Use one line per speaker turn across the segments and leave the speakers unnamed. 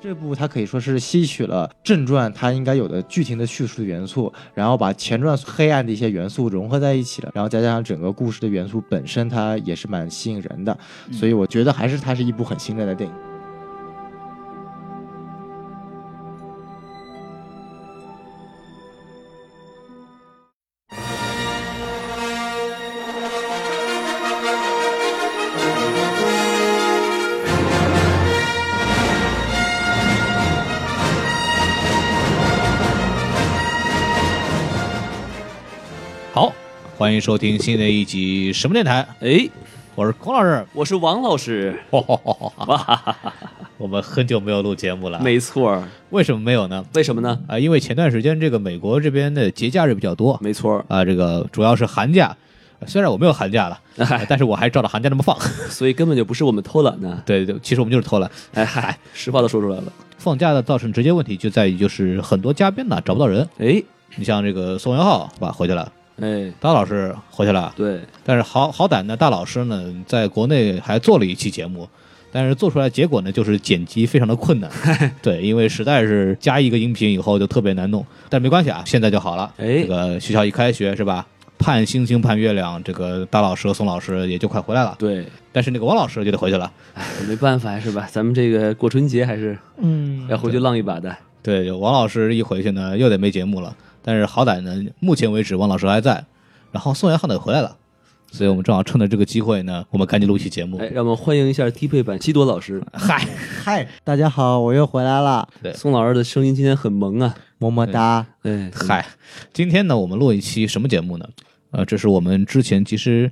这部它可以说是吸取了正传它应该有的剧情的叙述的元素，然后把前传黑暗的一些元素融合在一起了，然后再加上整个故事的元素本身，它也是蛮吸引人的，所以我觉得还是它是一部很新锐的电影。
好，欢迎收听新的一集什么电台？
哎，
我是孔老师。
我是王老师，
我们很久没有录节目了，
没错儿，
为什么没有呢？
为什么呢？
啊、因为前段时间这个美国这边的节假日比较多，
没错儿，
啊、这个主要是寒假。虽然我没有 寒假了，呃但是我还照着寒假那么放。
所以根本就不是我们偷懒呢。
对对，其实我们就是偷懒。
哎嗨，实话都说出来了。
放假的造成直接问题就在于，就是很多嘉宾呢找不到人。
哎
你像这个宋元浩是吧，回去了；
哎，
大老师回去了，
对，
但是好好歹呢，大老师呢在国内还做了一期节目，但是做出来结果呢就是剪辑非常的 困难，对，因为实在是加一个音频以后就特别难弄，但没关系啊，现在就好了。
哎
这个学校一开学是吧？盼星星盼月亮，这个大老师和宋老师也就快回来了，
对，
但是那个王老师就得回去了。
没办法是吧？咱们这个过春节还是
嗯，
要回去浪一把的。
对，王老师一回去呢，又得没节目了。但是好歹呢，目前为止王老师还在，然后宋元浩呢也回来了，所以我们正好趁着这个机会呢，我们赶紧录一期节目。
哎，让我们欢迎一下低配版西多老师，
嗨，
嗨，大家好，我又回来了，
对
宋老师的声音今天很萌啊。
么么哒。
哎，
嗯
嗨，今天呢，我们录一期什么节目呢？呃，这是我们之前其实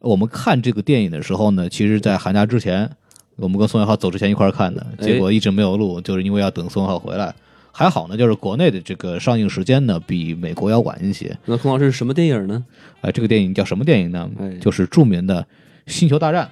我们看这个电影的时候呢，其实，在寒假之前，我们跟宋元浩走之前一块儿看的，
哎
结果一直没有录，就是因为要等宋元浩回来。还好呢，就是国内的这个上映时间呢，比美国要晚一些。
那孔老师是什么电影呢？
呃，这个电影叫什么电影呢
哎？
就是著名的《星球大战》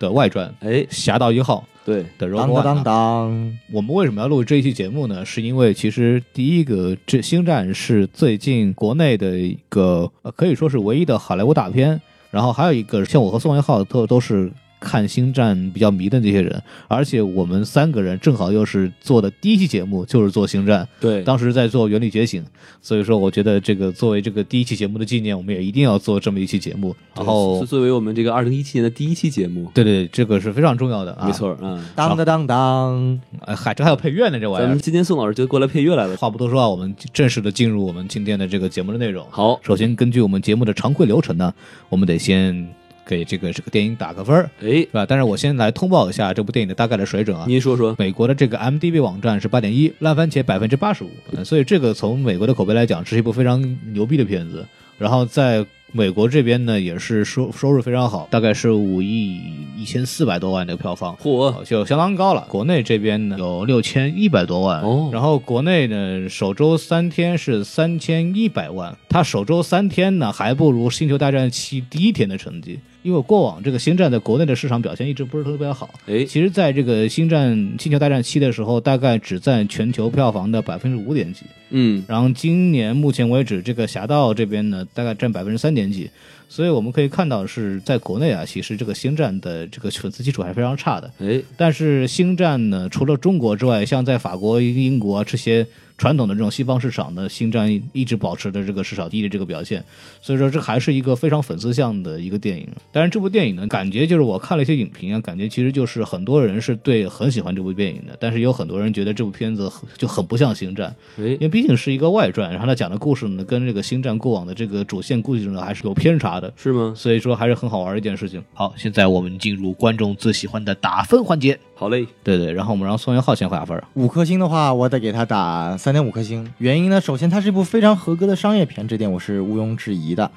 的外传《
哎，
侠盗一号
对，》
的 Rogue
当
One
当
啊
当当，
我们为什么要录这一期节目呢？是因为其实第一个，这《星战》是最近国内的一个，呃可以说是唯一的好莱坞大片。然后还有一个，像我和宋元浩都都是看《星战》比较迷的这些人，而且我们三个人正好又是做的第一期节目就是做《星战》，
对，
当时在做《原力觉醒》，所以说我觉得这个作为这个第一期节目的纪念，我们也一定要做这么一期节目。然后
作，作为我们这个二零一七年的第一期节目，
对对，这个是非常重要的啊。
没，错儿啊。
当当当当，
哎嗨，这还有配乐呢，这玩意
咱
儿
们。今天宋老师就过来配乐来了。
话不多说啊，我们正式的进入我们今天的这个节目的内容。
好，
首先根据我们节目的常规流程呢，我们得先给这个这个电影打个分儿，
哎
是，吧？但是我先来通报一下这部电影的大概的水准啊。
您说说，
美国的这个 m d b 网站是八点一，烂番茄百分之八十五，呃所以这个从美国的口碑来讲是一部非常牛逼的片子。然后在美国这边呢，也是收收入非常好，大概是五亿一千四百多万的票房，
嚯，
就相当高了。国内这边呢有六千一百多万，
哦
然后国内呢首周三天是三千一百万，它首周三天呢还不如《星球大战七》第一天的成绩，因为过往这个《星战》在国内的市场表现一直不是特别好。
哎，
其实，在这个《星战：星球大战七》的时候，大概只占全球票房的百分之五点几。
嗯，
然后今年目前为止，这个《侠盗》这边呢，大概占百分之三点几。所以我们可以看到，是在国内啊，其实这个《星战》的这个粉丝基础还是非常差的。
哎，
但是星战呢，除了中国之外，像在法国、英国啊这些传统的这种西方市场呢，星战一直保持着这个市场第一的这个表现，所以说这还是一个非常粉丝向的一个电影。但是这部电影呢，感觉就是我看了一些影评啊，感觉其实就是很多人是对很喜欢这部电影的，但是也有很多人觉得这部片子很就很不像星战，
哎
因，为毕竟是一个外传，然后他讲的故事呢，跟这个星战过往的这个主线故事呢还是有偏差的。
是吗？
所以说还是很好玩的一件事情。好，现在我们进入观众最喜欢的打分环节。
好嘞，
对对，然后我们让宋元浩先回答分儿。
五颗星的话，我得给他打三三点五颗星。原因呢，首先它是一部非常合格的商业片，这点我是毋庸置疑的。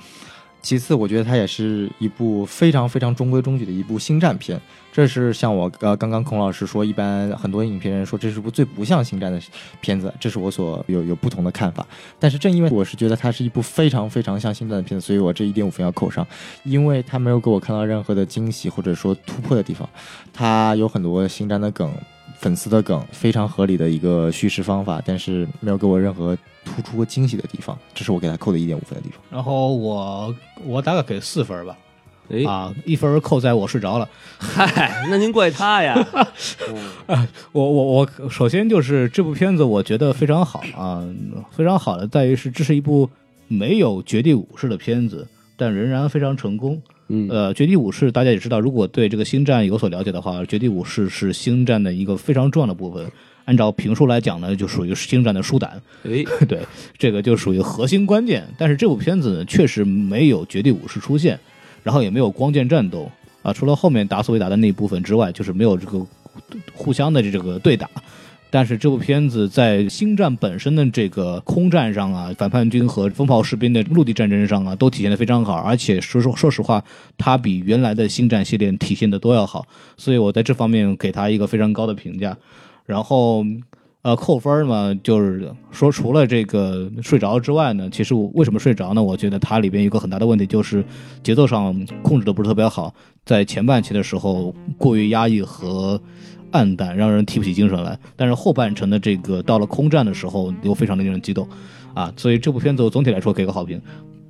其次，我觉得它也是一部非常非常中规中矩的一部星战片。这是像我呃刚刚孔老师说，一般很多影评人说这是部最不像星战的片子，这是我所有有不同的看法。但是正因为我是觉得它是一部非常非常像星战的片子，所以我这一点五分要扣上，因为它没有给我看到任何的惊喜或者说突破的地方。它有很多星战的梗，粉丝的梗，非常合理的一个叙事方法，但是没有给我任何突出和惊喜的地方，这是我给他扣的一点五分的地方。
然后我我大概给四分儿吧，
哎，
啊，一分儿扣在我睡着了。
嗨，那您怪他 呀？
嗯我我我，首先就是这部片子，我觉得非常好啊，非常好的在于是这是一部没有《绝地武士》的片子，但仍然非常成功。
嗯
呃，《绝地武士》大家也知道，如果对这个《星战》有所了解的话，《绝地武士》是《星战》的一个非常重要的部分。按照评述来讲呢，就属于《星战》的书胆，
哎，
对，这个就属于核心关键。但是这部片子呢，确实没有绝地武士出现，然后也没有光剑战斗啊，除了后面达斯维达的那一部分之外，就是没有这个互相的这个对打。但是这部片子在星战本身的这个空战上啊，反叛军和风炮士兵的陆地战争上啊，都体现的非常好，而且说说说实话，它比原来的星战系列体现的都要好，所以我在这方面给它一个非常高的评价。然后呃，扣分儿嘛，就是说除了这个睡着之外呢，其实我为什么睡着呢？我觉得它里边有一个很大的问题就是节奏上控制的不是特别好，在前半期的时候过于压抑和暗淡，让人提不起精神来。但是后半程的这个到了空战的时候，又非常的令人激动啊，所以这部片子我总体来说给个好评。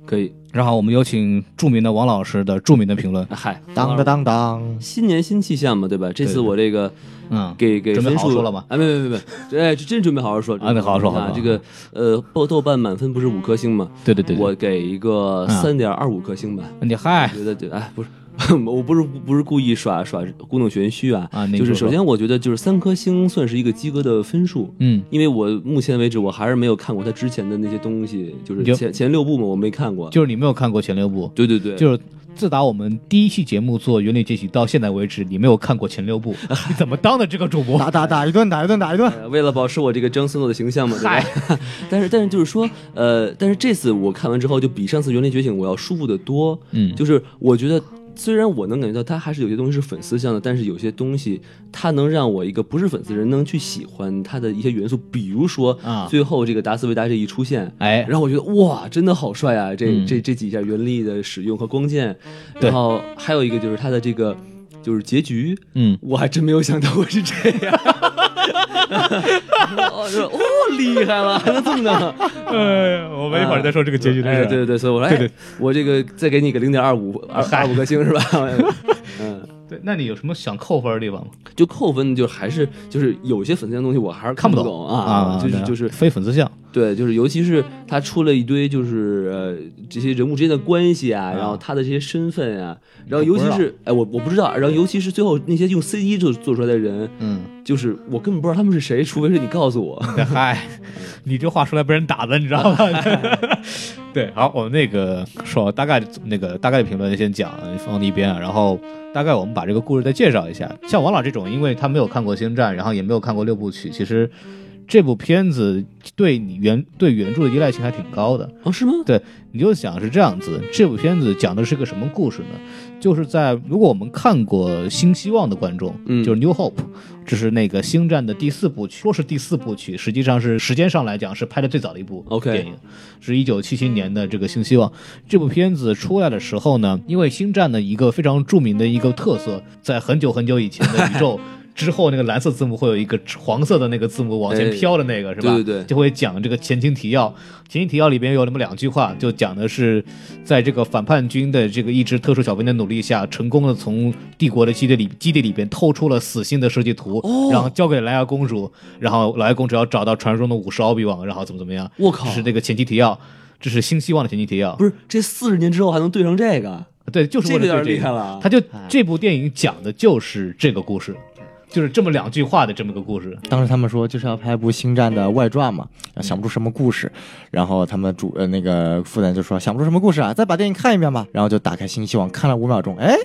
可以。
然后我们有请著名的王老师的著名的评论，
啊嗨，
当当当当，
新年新气象嘛，对吧？这次
对
我这个
嗯，
给给
准备
分
好好
数
说了吗？
哎，没没没没，哎，真准备好好说
啊那好好说好好
啊
说
这个呃，豆豆瓣满分不是五颗星嘛？
对对对，
我给一个
啊
三点二五颗星吧。
你嗨
觉得就哎，不是，我不是不是故意耍耍故弄玄虚啊，
啊，您
就是
说说
首先我觉得就是三颗星算是一个及格的分数。
嗯
因为我目前为止我还是没有看过他之前的那些东西，就是
你就
前前六部嘛，我没看过。
就是你没有看过前六部，
对对对，
就是自打我们第一期节目做《原理解析》到现在为止，你没有看过前六 部，你怎么当的这个主播？
打打打一顿，打一顿，打一顿。
呃为了保持我这个张森诺的形象嘛，对吧？ 但是但是就是说，呃，但是这次我看完之后，就比上次《园林觉醒》我要舒服得多。
嗯
就是我觉得，虽然我能感觉到它还是有些东西是粉丝向的，但是有些东西它能让我一个不是粉丝的人能去喜欢它的一些元素，比如说、
啊
最后这个达斯维达这一出现，
哎，
然后我觉得哇，真的好帅啊！这、
嗯
这这几下原力的使用和光剑，
对
然后还有一个就是它的这个就是结局，
嗯，
我还真没有想到会是这样。 哦，是哦，厉害了，还能这么弄？
呃，我
哎们一会儿再
说这个结局
哎，对对对，所以我说，哎，我这个再给你个零点二五二二五颗星是 吧？嗯，
对，那你有什么想扣分的地方吗？
就扣分就还是就是有些粉丝的东西我还是
看
不
不
啊，就是
对
就是
非粉丝向，
对，就是尤其是他出了一堆就是呃这些人物之间的关系啊，然后他的这些身份啊，然后尤其
嗯我不知
是哎我我不知道，然后尤其是最后那些用 CG 做做出来的人，
嗯，
就是我根本不知道他们是谁，除非是你告诉我。
嗨，你这话出来被人打的，你知道吗？对，好，我们那个说大概那个大概的评论先讲放一边啊，然后大概我们把这个故事再介绍一下。像王老这种，因为他没有看过《星战》，然后也没有看过六部曲，其实这部片子对你原对原著的依赖性还挺高的。
哦，是吗？
你就想是这样子，这部片子讲的是个什么故事呢？就是在如果我们看过《新希望》的观众，
嗯
就是 New Hope，这是那个《星战》的第四部曲，说是第四部曲，实际上是时间上来讲是拍的最早的一部
OK
电影是一九七七年的这个《新希望》这部片子出来的时候呢，因为《星战》的一个非常著名的一个特色，在很久很久以前的宇 宙。之后那个蓝色字母会有一个黄色的那个字母往前
哎
飘的那个、是吧？
对对对
就会讲这个前情提要，前情提要里边有那么两句话，就讲的是在这个反叛军的这个一支特殊小兵的努力下，成功的从帝国的基地里基地里边偷出了死星的设计图，
哦
然后交给莱娅公主，然后莱娅公主要找到传说中的武士奥比王，然后怎么怎么样，
我靠
这是那个前期提要。这是新希望的前期提要
不，是，这四十年之后还能对上这 个，
对，就是为
这个
了
有点
对
厉
这
害
个。
了。
他就这部电影讲的就是这个故事，就是这么两句话的这么个故事。
当时他们说就是要拍一部《星战》的外传嘛，想不出什么故事，然后他们主呃那个负责人就说想不出什么故事啊，再把电影看一遍吧。然后就打开新希望看了五秒钟，哎，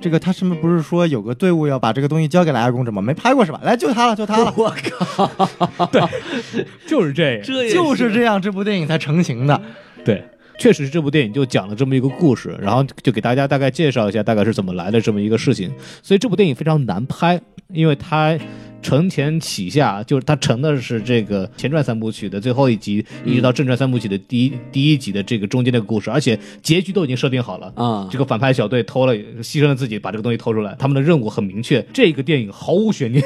这个他上面不是说有个队伍要把这个东西交给莱娅公主吗？没拍过是吧？来，就他了，就他了
，我靠，
就是这样，
这也
就是这样，这部电影才成型的。
对，确实是这部电影就讲了这么一个故事，然后就给大家大概介绍一下大概是怎么来的这么一个事情。所以这部电影非常难拍，因为它承前启下，就是它承的是这个前传三部曲的最后一集，一直到正传三部曲的第一第一集的这个中间的故事，而且结局都已经设定好了。
啊
这，个反派小队偷了，牺牲了自己，把这个东西偷出来。他们的任务很明确，这个电影毫无悬念，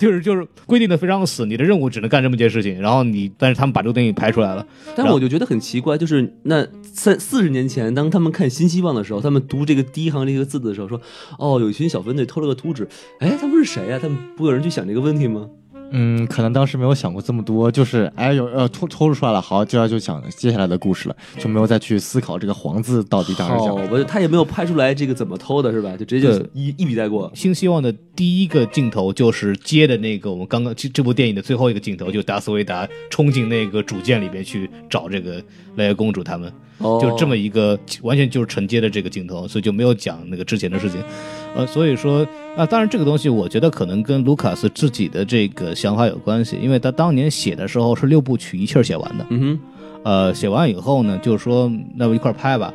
就是就是规定的非常死，你的任务只能干这么件事情。然后你，但是他们把这个东西拍出来了，
但我就觉得很奇怪，就是那三四十年前，当他们看《新希望》的时候，他们读这个第一行这个字的时候，说：“哦，有一群小分队偷了个图纸。”哎，他们是谁呀、他们不会有人去想这个问题吗？
嗯，可能当时没有想过这么多，就是哎有呃抽抽出来了，好，接下来就讲接下来的故事了，就没有再去思考这个黄字到底当时
好
讲
吧，哦他也没有拍出来这个怎么偷的，是吧？就直接就
对
一一笔带过。
新希望的第一个镜头就是接的那个我们刚刚这这部电影的最后一个镜头，就达斯维达冲进那个主舰里边去找这个莱娅公主他们，
哦，
就这么一个完全就是承接的这个镜头，所以就没有讲那个之前的事情。呃，所以说啊，当然这个东西我觉得可能跟卢卡斯自己的这个想法有关系，因为他当年写的时候是六部曲一气儿写完的，
嗯哼，
呃，写完以后呢，就是说那我一块儿拍吧，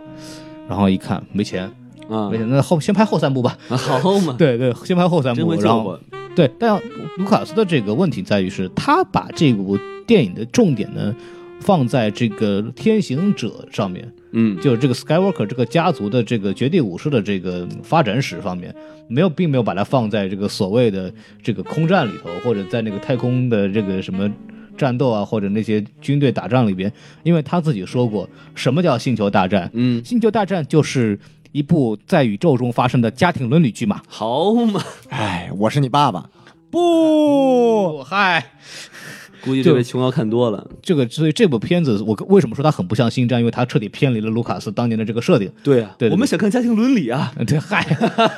然后一看没钱，
啊
没钱，那后先拍后三部吧。
啊，好嘛，
对对，先拍后三
真
部
会，
然
凑
后
合。
对，但卢卡斯的这个问题在于是，他把这部电影的重点呢放在这个天行者上面，
嗯，
就是这个 Skywalker 这个家族的这个绝地武士的这个发展史方面，没有并没有把它放在这个所谓的这个空战里头，或者在那个太空的这个什么。战斗啊，或者那些军队打仗里边，因为他自己说过，什么叫星球大战？
嗯，
星球大战就是一部在宇宙中发生的家庭伦理剧嘛。
好嘛，
哎，我是你爸爸，不，
哦，嗨，
估计这位琼瑶看多了。
这个所以这部片子，我为什么说它很不像《星战》？因为它彻底偏离了卢卡斯当年的这个设定。
对啊，
对对对
我们想看家庭伦理啊。
嗯对，嗨，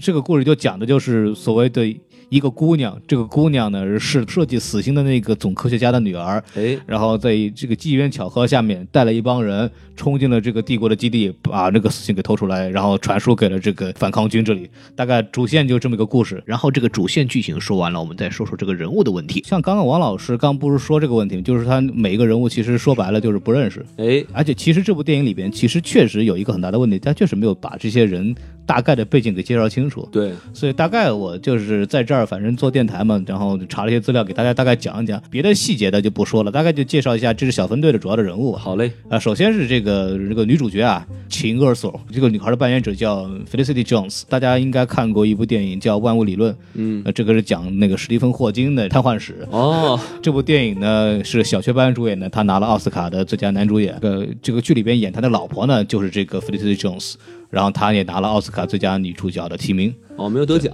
这个故事就讲的就是所谓的一个姑娘，这个姑娘呢是设计死刑的那个总科学家的女儿，
哎，
然后在这个机缘巧合下面，带了一帮人冲进了这个帝国的基地，把这个死刑给偷出来，然后传输给了这个反抗军这里。大概主线就这么一个故事。然后这个主线剧情说完了，我们再说说这个人物的问题。像刚刚王老师刚不是说这个问题吗，就是他每一个人物其实说白了就是不认识。
哎，
而且其实这部电影里边其实确实有一个很大的问题，他确实没有把这些人大概的背景给介绍清楚。
对，
所以大概我就是在这儿，反正做电台嘛，然后查了一些资料，给大家大概讲一讲，别的细节的就不说了，大概就介绍一下这支小分队的主要的人物吧。
好嘞，
啊，首先是这个这个女主角啊，秦厄索，这个女孩的扮演者叫 Felicity Jones，大家应该看过一部电影叫《万物理论》，
嗯，
呃，这个是讲那个史蒂芬霍金的瘫痪史，
哦，
这部电影呢是小雀斑主演的，他拿了奥斯卡的最佳男主演。呃，这个剧里边演他的老婆呢就是这个 Felicity Jones，然后她也拿了奥斯卡最佳女主角的提名。
哦，没有得奖。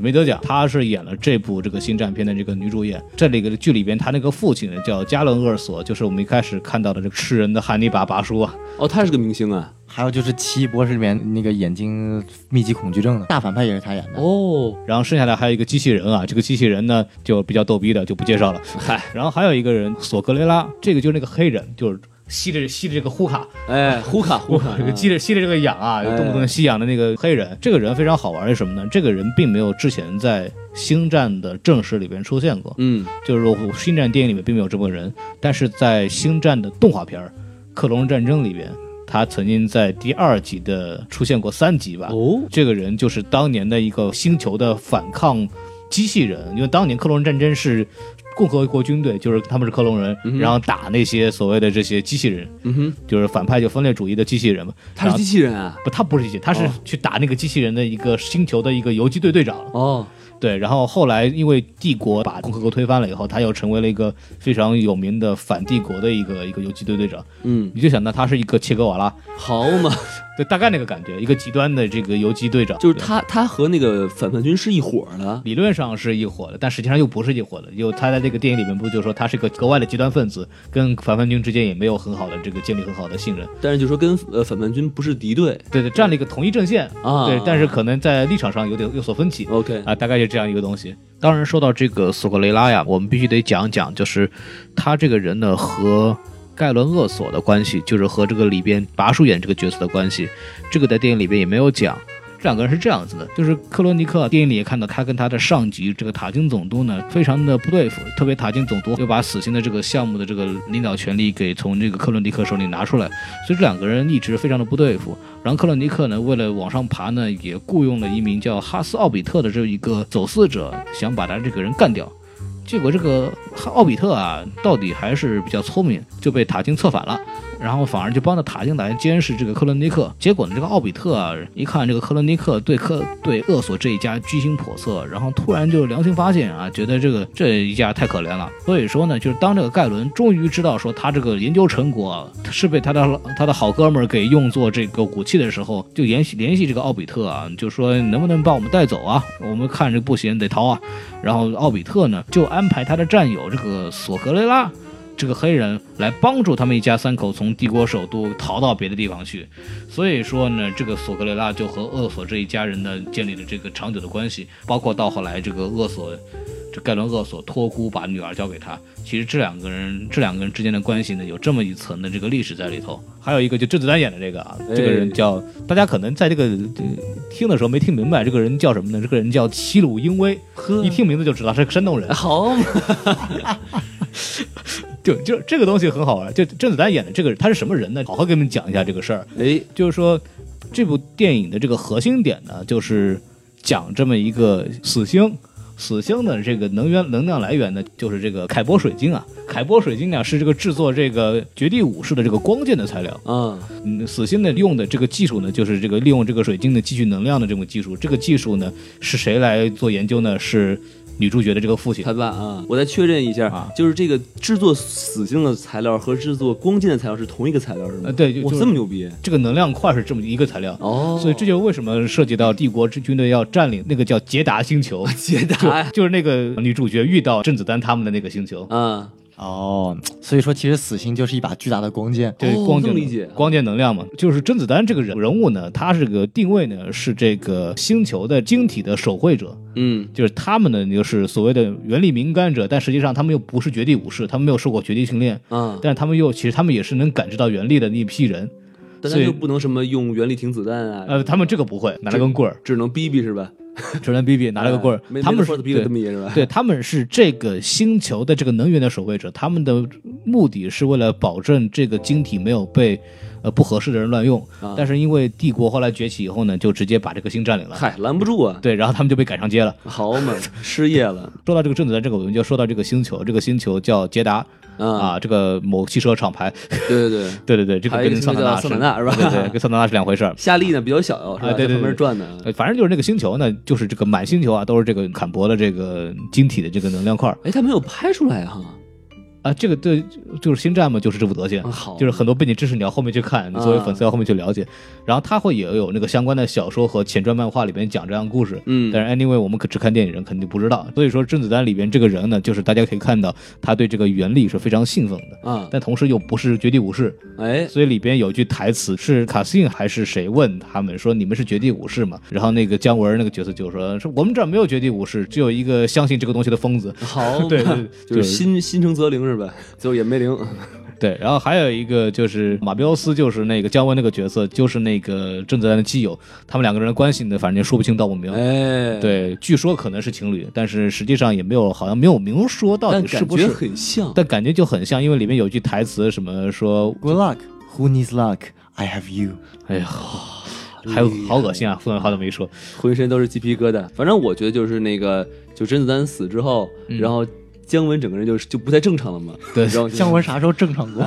没得奖，她是演了这部这个星战片的这个女主演。这里个剧里边，她那个父亲呢叫加伦厄尔索，就是我们一开始看到的这个吃人的汉尼拔拔叔啊。
哦，他是个明星啊。
还有就是《奇异博士》里面那个眼睛密集恐惧症的大反派也是他演的。
哦，
然后剩下的还有一个机器人啊，这个机器人呢就比较逗逼的，就不介绍了。
嗨，
然后还有一个人索格雷拉，这个就是那个黑人，就是吸着吸着这个呼卡，
哎，呼卡呼
我
卡
这，个吸着吸着这个痒啊，
哎
动不动吸痒的那个黑人，这个人非常好玩是什么呢？这个人并没有之前在《星战》的正史里边出现过，
嗯，
就是说《星战》电影里面并没有这么个人，但是在《星战》的动画片儿《克隆战争》里边，他曾经在第二集的出现过三集吧。
哦，
这个人就是当年的一个星球的反抗机器人，因为当年克隆人战争是共和国军队，就是他们是克隆人，
嗯哼
然后打那些所谓的这些机器人，
嗯哼，
就是反派就分裂主义的机器人嘛。
他是机器人啊。
不，他不是机器，他是
哦
去打那个机器人的一个星球的一个游击队队长。
哦，
对，然后后来因为帝国把共和国推翻了以后，他又成为了一个非常有名的反帝国的一个一个游击队队长。
嗯，
你就想到他是一个切格瓦拉，
好嘛，
对，大概那个感觉，一个极端的这个游击队长。
就是
对
他，他和那个反叛军是一伙儿的。
理论上是一伙的，但实际上又不是一伙的。又他在这个电影里面不就说他是个格外的极端分子，跟反叛军之间也没有很好的这个建立很好的信任。
但是就说跟呃反叛军不是敌对
对对，站了一个同一阵线
啊
对，但是可能在立场上有点有所分歧。
，OK，
啊，大概就这样一个东西。当然，说到这个索格雷拉呀，我们必须得讲讲，就是他这个人呢和盖伦厄索的关系，就是和这个里边拔叔演这个角色的关系，这个在电影里边也没有讲。这两个人是这样子的，就是克罗尼克电影里也看到，他跟他的上级这个塔金总督呢，非常的不对付，特别塔金总督又把死刑的这个项目的这个领导权力给从这个克罗尼克手里拿出来，所以这两个人一直非常的不对付。然后克罗尼克呢，为了往上爬呢，也雇佣了一名叫哈斯奥比特的这一个走私者，想把他这个人干掉。结果这个哈奥比特啊，到底还是比较聪明，就被塔金策反了。然后反而就帮着塔金来监视这个克伦尼克。结果呢，这个奥比特啊，一看这个克伦尼克对克对厄索这一家居心叵测，然后突然就良心发现啊，觉得这个这一家太可怜了。所以说呢，就是当这个盖伦终于知道说他这个研究成果啊是被他的他的好哥们儿给用作这个武器的时候，就联系联系这个奥比特啊，就说能不能把我们带走啊？我们看这不行得逃啊。然后奥比特呢，就安排他的战友这个索格雷拉。这个黑人来帮助他们一家三口从帝国首都逃到别的地方去。所以说呢，这个索格雷拉就和厄索这一家人呢建立了这个长久的关系，包括到后来这个厄索，这盖伦厄索托孤把女儿交给他。其实这两个人，这两个人之间的关系呢，有这么一层的这个历史在里头。还有一个就甄子丹演的这个啊，这个人叫大家可能在这个、呃听的时候没听明白，这个人叫什么呢？这个人叫齐鲁英威，一听名字就知道他是个山 东人。
好 嘛，
就就这个东西很好玩，就甄子丹演的这个他是什么人呢？好好给你们讲一下这个事儿。
哎，
就是说，这部电影的这个核心点呢，就是讲这么一个死星。死星的这个能源能量来源呢，就是这个凯波水晶啊。凯波水晶呢是这个制作这个《绝地武士》的这个光剑的材料。
嗯，
嗯，死星呢用的这个技术呢，就是这个利用这个水晶的继续能量的这种技术。这个技术呢是谁来做研究呢？是女主角的这个父亲。
他爸啊，我再确认一下，
啊
就是这个制作死星的材料和制作光剑的材料是同一个材料是吗？
呃对就
哇，
就
这么牛逼
这个能量块是这么一个材料。
哦，
所以这就是为什么涉及到帝国之军队要占领那个叫捷达星球，
捷达呀
就就是那个女主角遇到甄子丹他们的那个星球，
啊，
哦，所以说其实死星就是一把巨大的光剑。
就是
哦
光
这
剑、
么理解
光剑能量嘛。就是甄子丹这个人人物呢，他这个定位呢是这个星球的晶体的守护者，
嗯，
就是他们呢就是所谓的原力敏感者，但实际上他们又不是绝地武士，他们没有受过绝地训练，
啊，
但是他们又其实他们也是能感知到原力的那一批人，
但他
所以
就不能什么用原力停子弹啊，
呃，他们这个不会，拿了根棍儿，
只能逼逼是吧？
只能比比拿了个棍儿
哎没，
他们
没
是
法子逼的
对
这么野是吧？
对，他们是这个星球的这个能源的守卫者，他们的目的是为了保证这个晶体没有被呃不合适的人乱用。
啊
但是因为帝国后来崛起以后呢，就直接把这个星占领了。
嗨，拦不住啊，
对，然后他们就被赶上街了。
好嘛， 失业了
说到这个甄子丹这个，我们就说到这个星球，这个星球叫捷达
啊，
啊，这个某汽车厂牌。
对对对，
对对对，这个
还有一
跟
个
桑塔
叫
纳是
桑塔纳是吧？
对对，跟桑塔纳是两回 事儿。
夏利呢比较小是吧？
啊对对对
在旁边转呢。
呃反正就是那个星球呢，就是这个满星球啊，都是这个坎博的这个晶体的这个能量块儿
哎，他没有拍出来哈。
啊，这个对，就是星战嘛，就是这部德行。
啊好，嗯
就是很多背景知识你要后面去看，你作为粉丝要后面去了解。然后他会也有那个相关的小说和前传漫画里边讲这样的故事。
嗯，
但是 anyway，我们可只看电影人肯定不知道，所以说甄子丹里边这个人呢，就是大家可以看到他对这个原力是非常信奉的，
啊，
但同时又不是绝地武士，
哎，
所以里边有句台词是卡斯汀还是谁问他们说你们是绝地武士吗？然后那个姜文那个角色就说说我们这儿没有绝地武士，只有一个相信这个东西的疯子。
好嘛，
对对对
就是心心诚则灵是吧？最后也没灵。
对，然后还有一个就是马彪斯，就是那个姜文那个角色，就是那个甄子丹的基友，他们两个人的关系呢，反正就说不清道不明。
哎，，
对，据说可能是情侣，但是实际上也没有，好像没有明说到
但
底是
感
不
觉
是。
很像。
但感觉就很像，因为里面有一句台词，什么说，
Good luck, who needs luck? I have you。
哎呀，还有好恶心啊！突然好久没说，
浑身都是鸡皮疙瘩。反正我觉得就是那个，就甄子丹死之后，
嗯
然后姜文整个人就就不太正常了嘛。
对
然后就是
姜文啥时候正常过？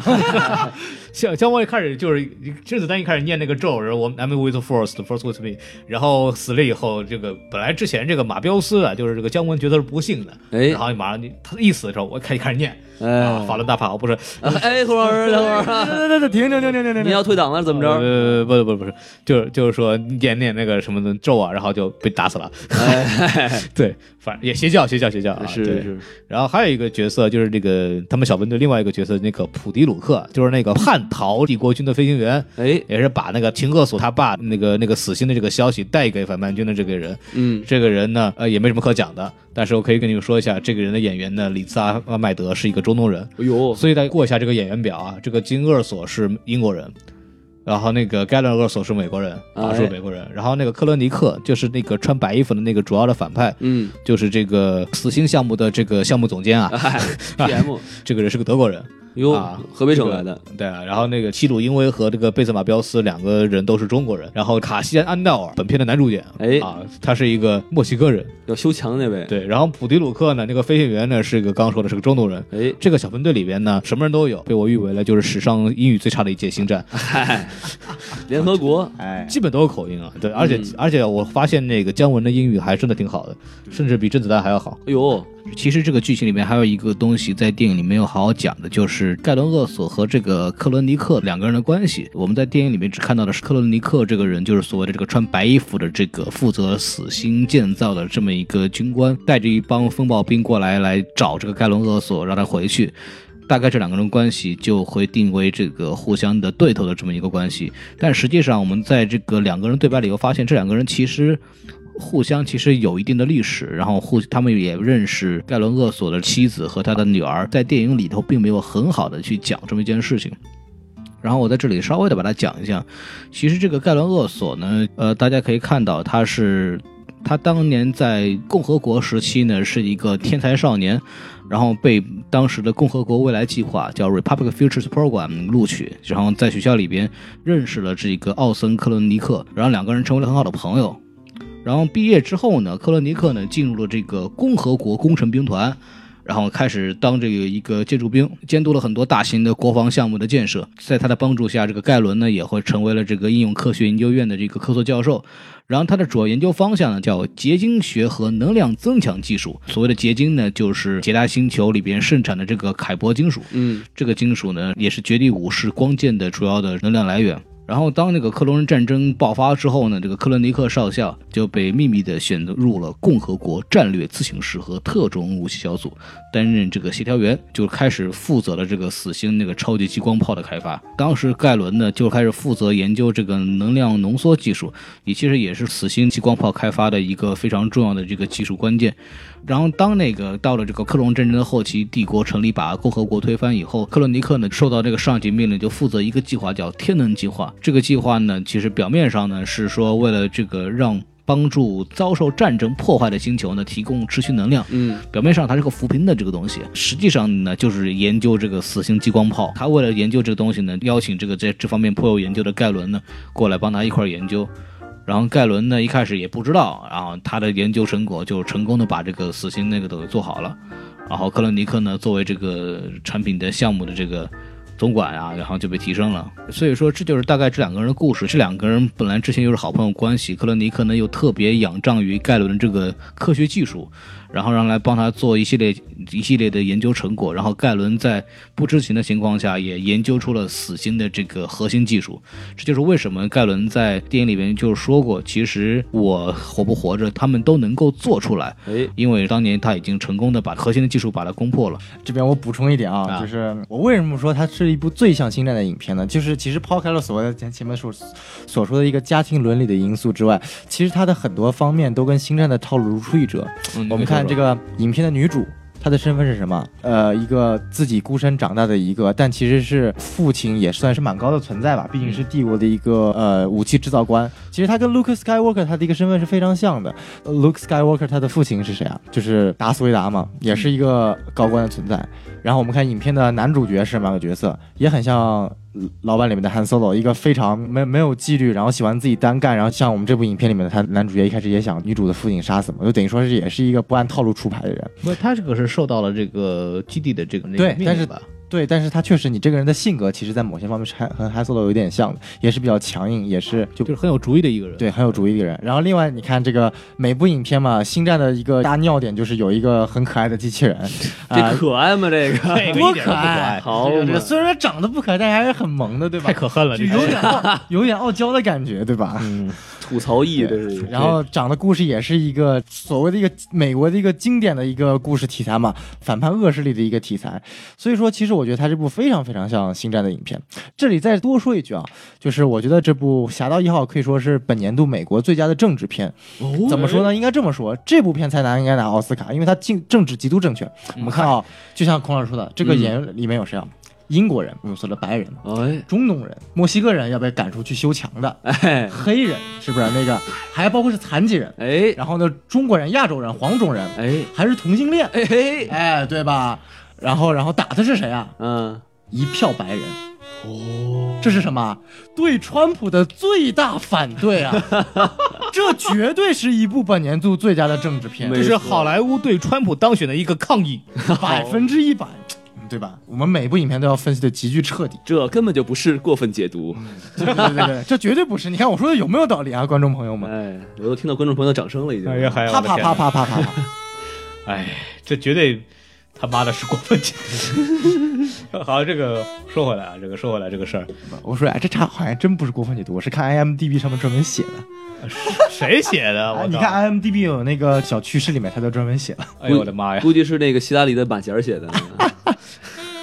像姜文一开始就是甄子丹一开始念那个咒，然后我们 I'm with the force, the force with me，然后死了以后，这个本来之前这个马彪斯啊，就是这个姜文觉得是不幸的，
哎
然后马上就他一死的时候，我开始开始念，
哎
啊，法轮大法不是，
哎，孔老师，等会儿 啊，
对对对，停停停停停停
你
停！
要退党了怎么着？
呃，不不不是，就是就是说念念那个什么的咒啊，然后就被打死了，
哎，
对，反正也邪教邪教邪教啊，
是
对
是，
然后还有一个角色就是那个他们小分队另外一个角色那个普迪鲁克，就是那个叛逃帝国军的飞行员，
哎，
也是把那个秦克索他爸那个那个死心的这个消息带给反叛军的这个人。
嗯，
这个人呢，呃，也没什么可讲的，但是我可以跟你们说一下，这个人的演员呢，里兹阿阿麦德是一个中东人，
哎呦，
所以再过一下这个演员表啊，这个金厄索是英国人，
然后那个盖伦厄索是美国人，啊，是
哎
美国人。然后那个克伦尼克就是那个穿白衣服的那个主要的反派，
嗯
就是这个死星项目的这个项目总监啊，
哎，PM
这个人是个德国人。
哟
啊，
河北省来的，
对啊，然后那个齐鲁因为和这个贝泽马彪斯两个人都是中国人，然后卡西安安道尔本片的男主角，
哎
啊，他是一个墨西哥人，
要修墙那位，
对，然后普迪鲁克呢，那个飞行员呢是一个刚刚说的是个中东人。
哎，
这个小分队里边呢，什么人都有，被我誉为了就是史上英语最差的一届星战，
联合国，
哎，
基本都有口音啊。对，而且、而且我发现那个姜文的英语还真的挺好的，甚至比甄子丹还要好。
哎呦，
其实这个剧情里面还有一个东西在电影里没有好好讲的，就是盖伦厄索和这个克伦尼克两个人的关系。我们在电影里面只看到的是克伦尼克这个人，就是所谓的这个穿白衣服的这个负责死星建造的这么一个军官，带着一帮风暴兵过来来找这个盖伦厄索，让他回去。大概这两个人关系就会定为这个互相的对头的这么一个关系，但实际上我们在这个两个人对白里头发现，这两个人其实互相其实有一定的历史，然后互他们也认识盖伦厄索的妻子和他的女儿，在电影里头并没有很好的去讲这么一件事情。然后我在这里稍微的把它讲一下，其实这个盖伦厄索呢，呃，大家可以看到他是。他当年在共和国时期呢，是一个天才少年，然后被当时的共和国未来计划叫 Republic Futures Program 录取，然后在学校里边认识了这个奥森·克伦尼克，然后两个人成为了很好的朋友。然后毕业之后呢，克伦尼克呢进入了这个共和国工程兵团，然后开始当这个一个建筑兵，监督了很多大型的国防项目的建设。在他的帮助下，这个盖伦呢也会成为了这个应用科学研究院的这个客座教授。然后他的主要研究方向呢叫结晶学和能量增强技术。所谓的结晶呢，就是捷达星球里边盛产的这个凯铂金属。
嗯，
这个金属呢，也是绝地武士光剑的主要的能量来源。然后，当那个克隆人战争爆发之后呢，这个克伦尼克少校就被秘密的选入了共和国战略咨询室和特种武器小组，担任这个协调员，就开始负责了这个死星那个超级激光炮的开发。当时盖伦呢就开始负责研究这个能量浓缩技术，也其实也是死星激光炮开发的一个非常重要的这个技术关键。然后当那个到了这个克隆战争的后期，帝国成立把共和国推翻以后，克伦尼克呢受到这个上级命令，就负责一个计划叫天能计划。这个计划呢，其实表面上呢是说为了这个让。帮助遭受战争破坏的星球呢，提供持续能量。
嗯，
表面上它是个扶贫的这个东西，实际上呢，就是研究这个死星激光炮。他为了研究这个东西呢，邀请这个在这方面颇有研究的盖伦呢，过来帮他一块儿研究。然后盖伦呢一开始也不知道，然后他的研究成果就成功的把这个死星那个都给做啊好了。然后克伦尼克呢作为这个产品的项目的这个总管啊，然后就被提升了。所以说这就是大概这两个人的故事。这两个人本来之前又是好朋友关系，克伦尼克呢又特别仰仗于盖伦这个科学技术，然后让来帮他做一系列一系列的研究成果。然后盖伦在不知情的情况下也研究出了死星的这个核心技术。这就是为什么盖伦在电影里面就说过，其实我活不活着，他们都能够做出来，
哎，
因为当年他已经成功的把核心的技术把它攻破了。
这边我补充一点啊，
啊
就是我为什么说它是一部最像星战的影片呢？就是其实抛开了所谓的前前面所所说的一个家庭伦理的因素之外，其实它的很多方面都跟星战的套路如出一辙。
嗯
我们看这，个影片的女主。她的身份是什么？呃，一个自己孤身长大的一个，但其实是父亲也算是蛮高的存在吧，毕竟是帝国的一个呃武器制造官。其实他跟 Luke Skywalker 他的一个身份是非常像的。呃 Luke Skywalker 他的父亲是谁啊？就是达斯维达嘛，也是一个高官的存在。然后我们看影片的男主角是哪个角色，也很像呃老版里面的 Han Solo，一个非常没没有纪律，然后喜欢自己单干，然后像我们这部影片里面的他男主角一开始也想女主的父亲杀死嘛，就等于说是也是一个不按套路出牌的人。
不，他这个是受到了这个基地的这个那个
对
命令
但是
吧
对，但是他确实你这个人的性格，其实在某些方面是还和 Han Solo 有点像的，也是比较强硬，也是就
就是很有主意的一个人。
对，很有主意的人。然后另外，你看这个每部影片嘛，《星战》的一个大尿点就是有一个很可爱的机器人，啊
这、可爱吗？这个，
这个一点 都不可爱，
好
这
嘛
个，虽然长得不可爱，但是还是很萌的，对吧
太？可恨了，
就
这
有
个。
点傲，有点傲娇的感觉，对吧？
嗯，
吐槽艺这是，
然后讲的故事也是一个所谓的一个美国的一个经典的一个故事题材嘛，反叛恶势力的一个题材。所以说，其实我觉得它这部非常非常像《星战》的影片。这里再多说一句啊，就是我觉得这部《侠盗一号》可以说是本年度美国最佳的政治片。怎么说呢？应该这么说，这部片才拿应该拿嗯奥斯卡，因为它政政治极度正确。我们看啊，就像孔老师说的，这个演员里面有谁啊？英国嗯人，我们说的白人嘛，
哎
中东人、墨西哥人要被赶出去修墙的，
哎
黑人是不是那个？还包括是残疾人，
哎
然后呢，中国人、亚洲人、黄种人，
哎
还是同性恋，
哎嘿，
哎，对吧？然后，然后打的是谁啊？
嗯，
一票白人。哦，这是什么？对川普的最大反对 啊！这绝对是一部本年度最佳的政治片，
这是好莱坞对川普当选的一个抗议。
百分之一百，对吧？我们每部影片都要分析的极具彻底。
这根本就不是过分解读。
嗯
对对对对对，这绝对不是。你看我说的有没有道理啊，观众朋友们？
哎，我都听到观众朋友的掌声了，已经。
哎呀，嗨，
啪啪啪！啪啪啪啪！
哎，这绝对他妈的是过分 解读。好，这个说回来啊，这个说回来这个事儿，
我说哎，这差好像真不是过分解读，我是看 IMDB 上面专门写的。
谁写的？我
你
靠
看 IMDB 有那个小趋势里面，他就专门写了。
哎呦我的妈呀！
估计是那个希拉里的马甲写的。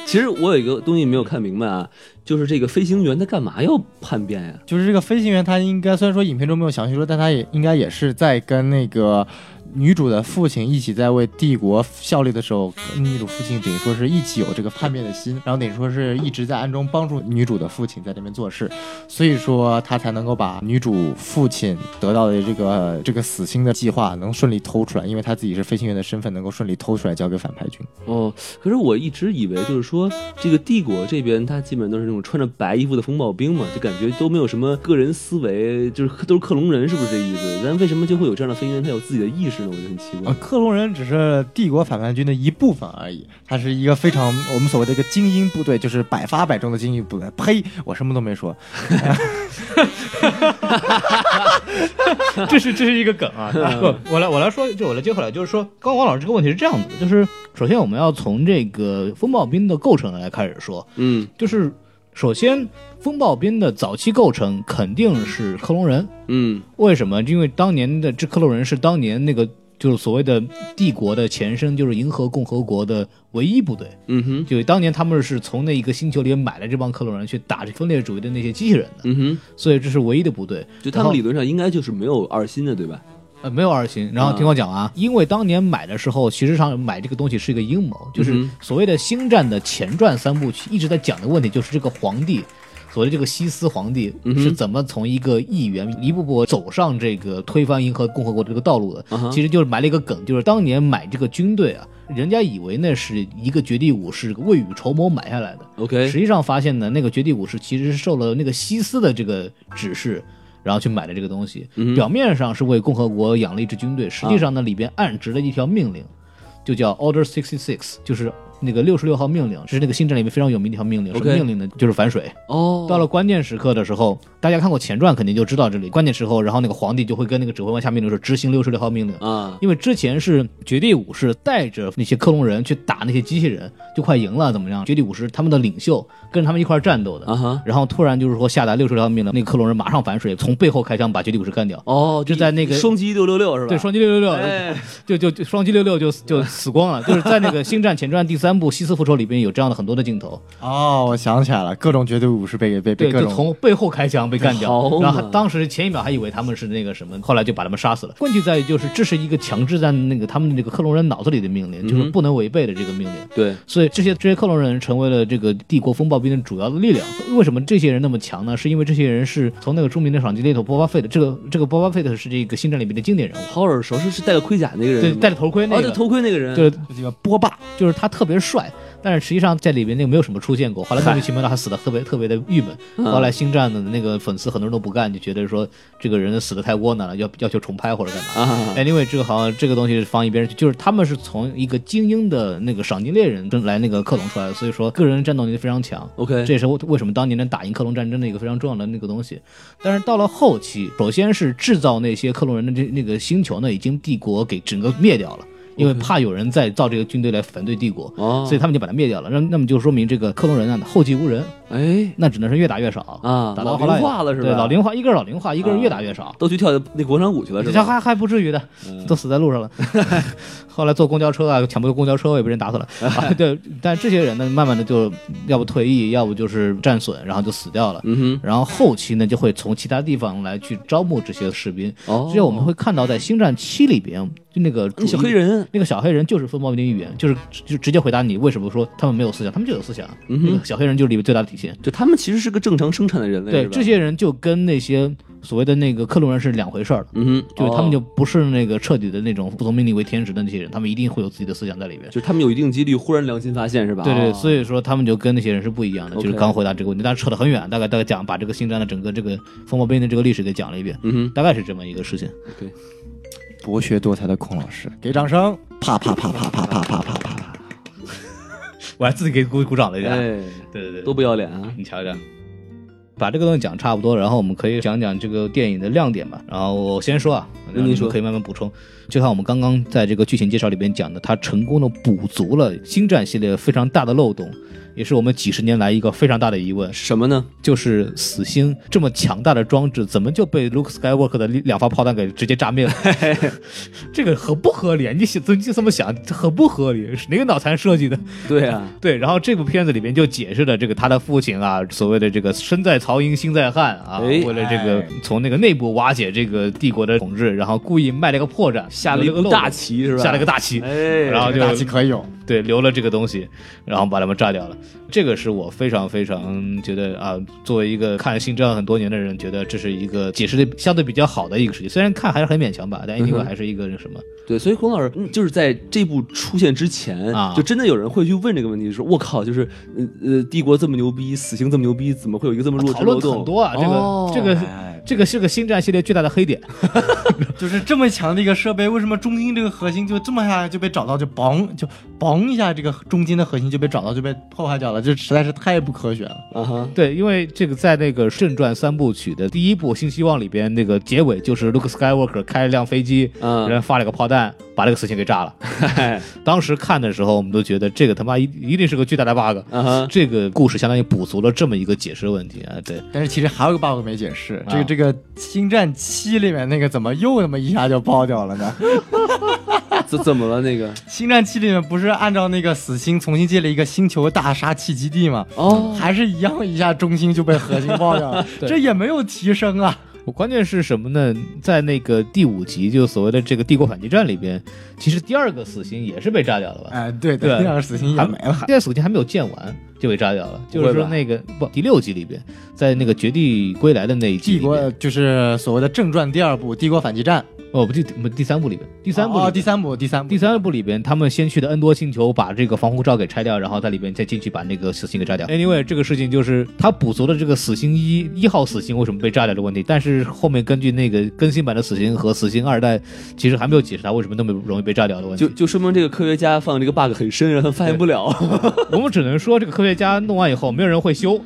其实我有一个东西没有看明白啊，就是这个飞行员他干嘛要叛变呀、
就是这个飞行员，他应该虽然说影片中没有详细说，但他也应该也是在跟那个女主的父亲一起在为帝国效力的时候，女主父亲等于说是一起有这个叛变的心，然后等于说是一直在暗中帮助女主的父亲在这边做事，所以说他才能够把女主父亲得到的这个这个死心的计划能顺利偷出来，因为他自己是飞行员的身份，能够顺利偷出来交给反派军。
哦，可是我一直以为就是说，这个帝国这边他基本上都是那种穿着白衣服的风暴兵嘛，就感觉都没有什么个人思维，就是都是克隆人，是不是这意思？但为什么就会有这样的飞行员，他有自己的意识呢？我就很奇怪
啊
呃，。克隆人只是帝国反叛军的一部分而已，它是一个非常我们所谓的一个精英部队，就是百发百中的精英部队。呸，我什么都没说。
这是这是一个梗啊！
嗯
不我来我来说，就我来接回来，就是说，刚刚王老师这个问题是这样子的，就是首先我们要从这个风暴兵的构成来开始说，
嗯
就是首先风暴兵的早期构成肯定是克隆人，
嗯
为什么？因为当年的这克隆人是当年那个就是所谓的帝国的前身，就是银河共和国的唯一部队，
嗯哼
就当年他们是从那一个星球里买了这帮克隆人去打这分裂主义的那些机器人的，
嗯哼，
所以这是唯一的部队。
就他们理论上应该就是没有二心的，对吧？
呃，没有二心。然后听我讲啊，因为当年买的时候，其实上买这个东西是一个阴谋，就是
嗯
所谓的《星战》的前传三部曲一直在讲的问题，就是这个皇帝。所谓这个西斯皇帝是怎么从一个议员一步步走上这个推翻银河共和国的这个道路的？
啊哈
其实就是埋了一个梗，就是当年买这个军队啊，人家以为那是一个绝地武士未雨绸缪买下来的，
，OK，
实际上发现呢，那个绝地武士其实是受了那个西斯的这个指示，然后去买的这个东西。
嗯
表面上是为共和国养了一支军队，实际上呢，里边暗植了一条命令，就叫 Order Sixty Six，就是那个六十六号命令，这是那个星战里面非常有名的一条命令。什么
OK
命令呢？就是反水。
哦，
到了关键时刻的时候，大家看过前传肯定就知道这里关键时候，然后那个皇帝就会跟那个指挥官下命令说执行六十六号命令。
啊，
因为之前是绝地武士带着那些克隆人去打那些机器人，就快赢了，怎么样？绝地武士他们的领袖跟着他们一块儿战斗的
啊哈
然后突然就是说下达六十条命令，那个克隆人马上反水，从背后开枪把绝地武士干掉。
哦，
就在那个
双击六六六是吧？
对，双击六六六，
哎，
就就就双击六六就就死光了。就是在那个《星战前传》第三部《西斯复仇》里边有这样的很多的镜头，
哦，我想起来了，各种绝对武士被被被
对，
各
就
种
从背后开枪被干
好
掉。
嘛
然后他当时前一秒还以为他们是那个什么，后来就把他们杀死了。问题在于就是这是一个强制在那个他们那个克隆人脑子里的命令，
嗯
就是不能违背的这个命令。
对，
所以这些这些克隆人成为了这个帝国风暴兵的主要的力量。为什么这些人那么强呢？是因为这些人是从那个著名的赏金猎头波巴费特，这个这个波巴费特是这个星战里面的经典人物，
好耳熟，是是戴个盔甲那个人
对，
吗，
戴着头盔
啊，
那个，
对头盔那个人，
就是
这个波霸，
就是他特别帅，但是实际上在里面那个没有什么出现过。后来莫名其妙的他死的特别特别的郁闷。
嗯
后来星战的那个粉丝很多人都不干，就觉得说这个人死的太窝囊了，要要求重拍或者干嘛。
啊，
anyway，这个好像这个东西是放一边去，就是他们是从一个精英的那个赏金猎人跟来那个克隆出来的，所以说个人战斗能力非常强。
OK，
这也是为什么当年能打赢克隆战争的一个非常重要的那个东西。但是到了后期，首先是制造那些克隆人的这那个星球呢，已经帝国给整个灭掉了，因为怕有人再造这个军队来反对帝国，
嗯哦，
所以他们就把它灭掉了。那那么就说明这个克隆人啊，后继无人。
哎
那只能是越打越少
啊
打
老
到后来
龄化了是吧啊
对，老龄化，一个是老龄化，一个是越打越少。
都去跳那广场舞去了是
这
吧？嗯
还还不至于的，都死在 路上了。后来坐公交车啊，抢不过公交车位被人打 死了。啊、对，但这些人呢，慢慢的就要不退役，要不就是战损，然后就死掉了。
嗯
然后后期呢，就会从其他地方来去招募这些士兵。
哼，哦，
所以我们会看到，在《星战七》里边，就那个主
那小
力
黑人，
那个小黑人就是风暴兵的一员，就是就直接回答你为什么说他们没有思想，他们就有思想。
嗯哼
那个小黑人就是里面最大的体现。
就他们其实是个正常生产的人类，
对，
是吧
这，些人就跟那些所谓的那个克隆人是两回事儿了。
嗯哼，
就是他们就
哦
不是那个彻底的那种服从命令为天职的那些人，他们一定会有自己的思想在里面。哦
就是他们有一定几率忽然良心发现是吧？哦
对对，所
以
以说他们就跟那些人是不一样的。就是
OK
刚回答这个问题，但是扯得很远，大概大概讲把这个星战的整个这个风暴兵的这个历史给讲了一遍，
嗯哼，
大概是这么一个事情。
博学多才的孔老师，给掌声！啪啪啪啪啪啪啪啪啪啪！
我还自己给鼓鼓掌了一下。
哎，
对对对，
多不要脸啊！
你瞧瞧。把这个东西讲差不多，然后我们可以讲讲这个电影的亮点吧。然后我先说啊，然后你
您说
们可以慢慢补充。就像我们刚刚在这个剧情介绍里边讲的，它成功的补足了《星战》系列非常大的漏洞，也是我们几十年来一个非常大的疑问，
什么呢？
就是死星这么强大的装置，怎么就被 Luke Skywalker 的两发炮弹给直接炸灭了？ 这个合不合理？啊？你想，你这么想，这很不合理，是哪个脑残设计的？
对啊，
对，然后这部片子里面就解释了这个他的父亲啊，所谓的这个身在曹营心在汉啊，
哎
为了这个从那个内部瓦解这个帝国的统治，然后故意卖了个破绽，
下了一
留个
步
漏
大
洞，
棋是吧？
下了个大棋，
哎，
然后就
大气可以有。
对留了这个东西，然后把他们炸掉了。这个是我非常非常觉得啊，作为一个看《星战》很多年的人，觉得这是一个解释的相对比较好的一个事情，虽然看还是很勉强吧，
嗯
但 anyway
哼
还是一个那什么。
对，所以孔老师嗯就是在这部出现之前，
啊
就真的有人会去问这个问题，说：“我靠，就是呃呃，帝国这么牛逼，死刑这么牛逼，怎么会有一个这么弱
讨
智漏
论
洞？”
很多啊，这个、
哦
这个
哎，
这个是个星战系列巨大的黑点，
就是这么强的一个设备，为什么中心这个核心就这么下来就被找到，就嘣就嘣一下，这个中心的核心就被找到，就被破坏掉了，这实在是太不科学了。
啊哈，
对，因为这个在那个正传三部曲的第一部《新希望》里边，那个结尾就是 Luke Skywalker 开了辆飞机，
嗯
然后发了个炮弹，把这个死星给炸了。当时看的时候，我们都觉得这个他妈一一定是个巨大的 bug。
啊哈，
这个故事相当于补足了这么一个解释问题啊，对，
但是其实还有个 bug 没解释，
啊
这个这个《星战七》里面那个怎么又那么一下就爆掉了呢？
怎怎么了那 个？
《星战七》里面不是按照那个死星重新建了一个星球大杀器基地吗？
哦，
还是一样，一下中心就被核心爆 掉了，
对
这也没有提升啊。
我关键是什么呢？在那个第五集，就所谓的这个帝国反击战里边，其实第二个死星也是被炸掉了吧？
哎，对
对
的，第二死星也
还
没了。
第二死星还没有建完就被炸掉了，就是
不会
说
吧
那个嗯不第六集里边，在那个绝地归来的那一集
帝
里边，
国就是所谓的正传第二部《帝国反击战》，
哦，不，第不第三部里边，第
第
三部里边、
哦，第三部，第三部，
第三部里边，他们先去的恩多星球把这个防护罩给拆掉，然后在里边再进去把那个死星给炸掉。Anyway，这个事情就是他补足了这个死星一一号死星为什么被炸掉的问题，但是后面根据那个更新版的死星和死星二代，其实还没有解释它为什么那么容易被炸掉的问题。
就就说明这个科学家放这个 bug 很深，让他发现不了。
我们只能说这个科学家弄完以后没有人会 修，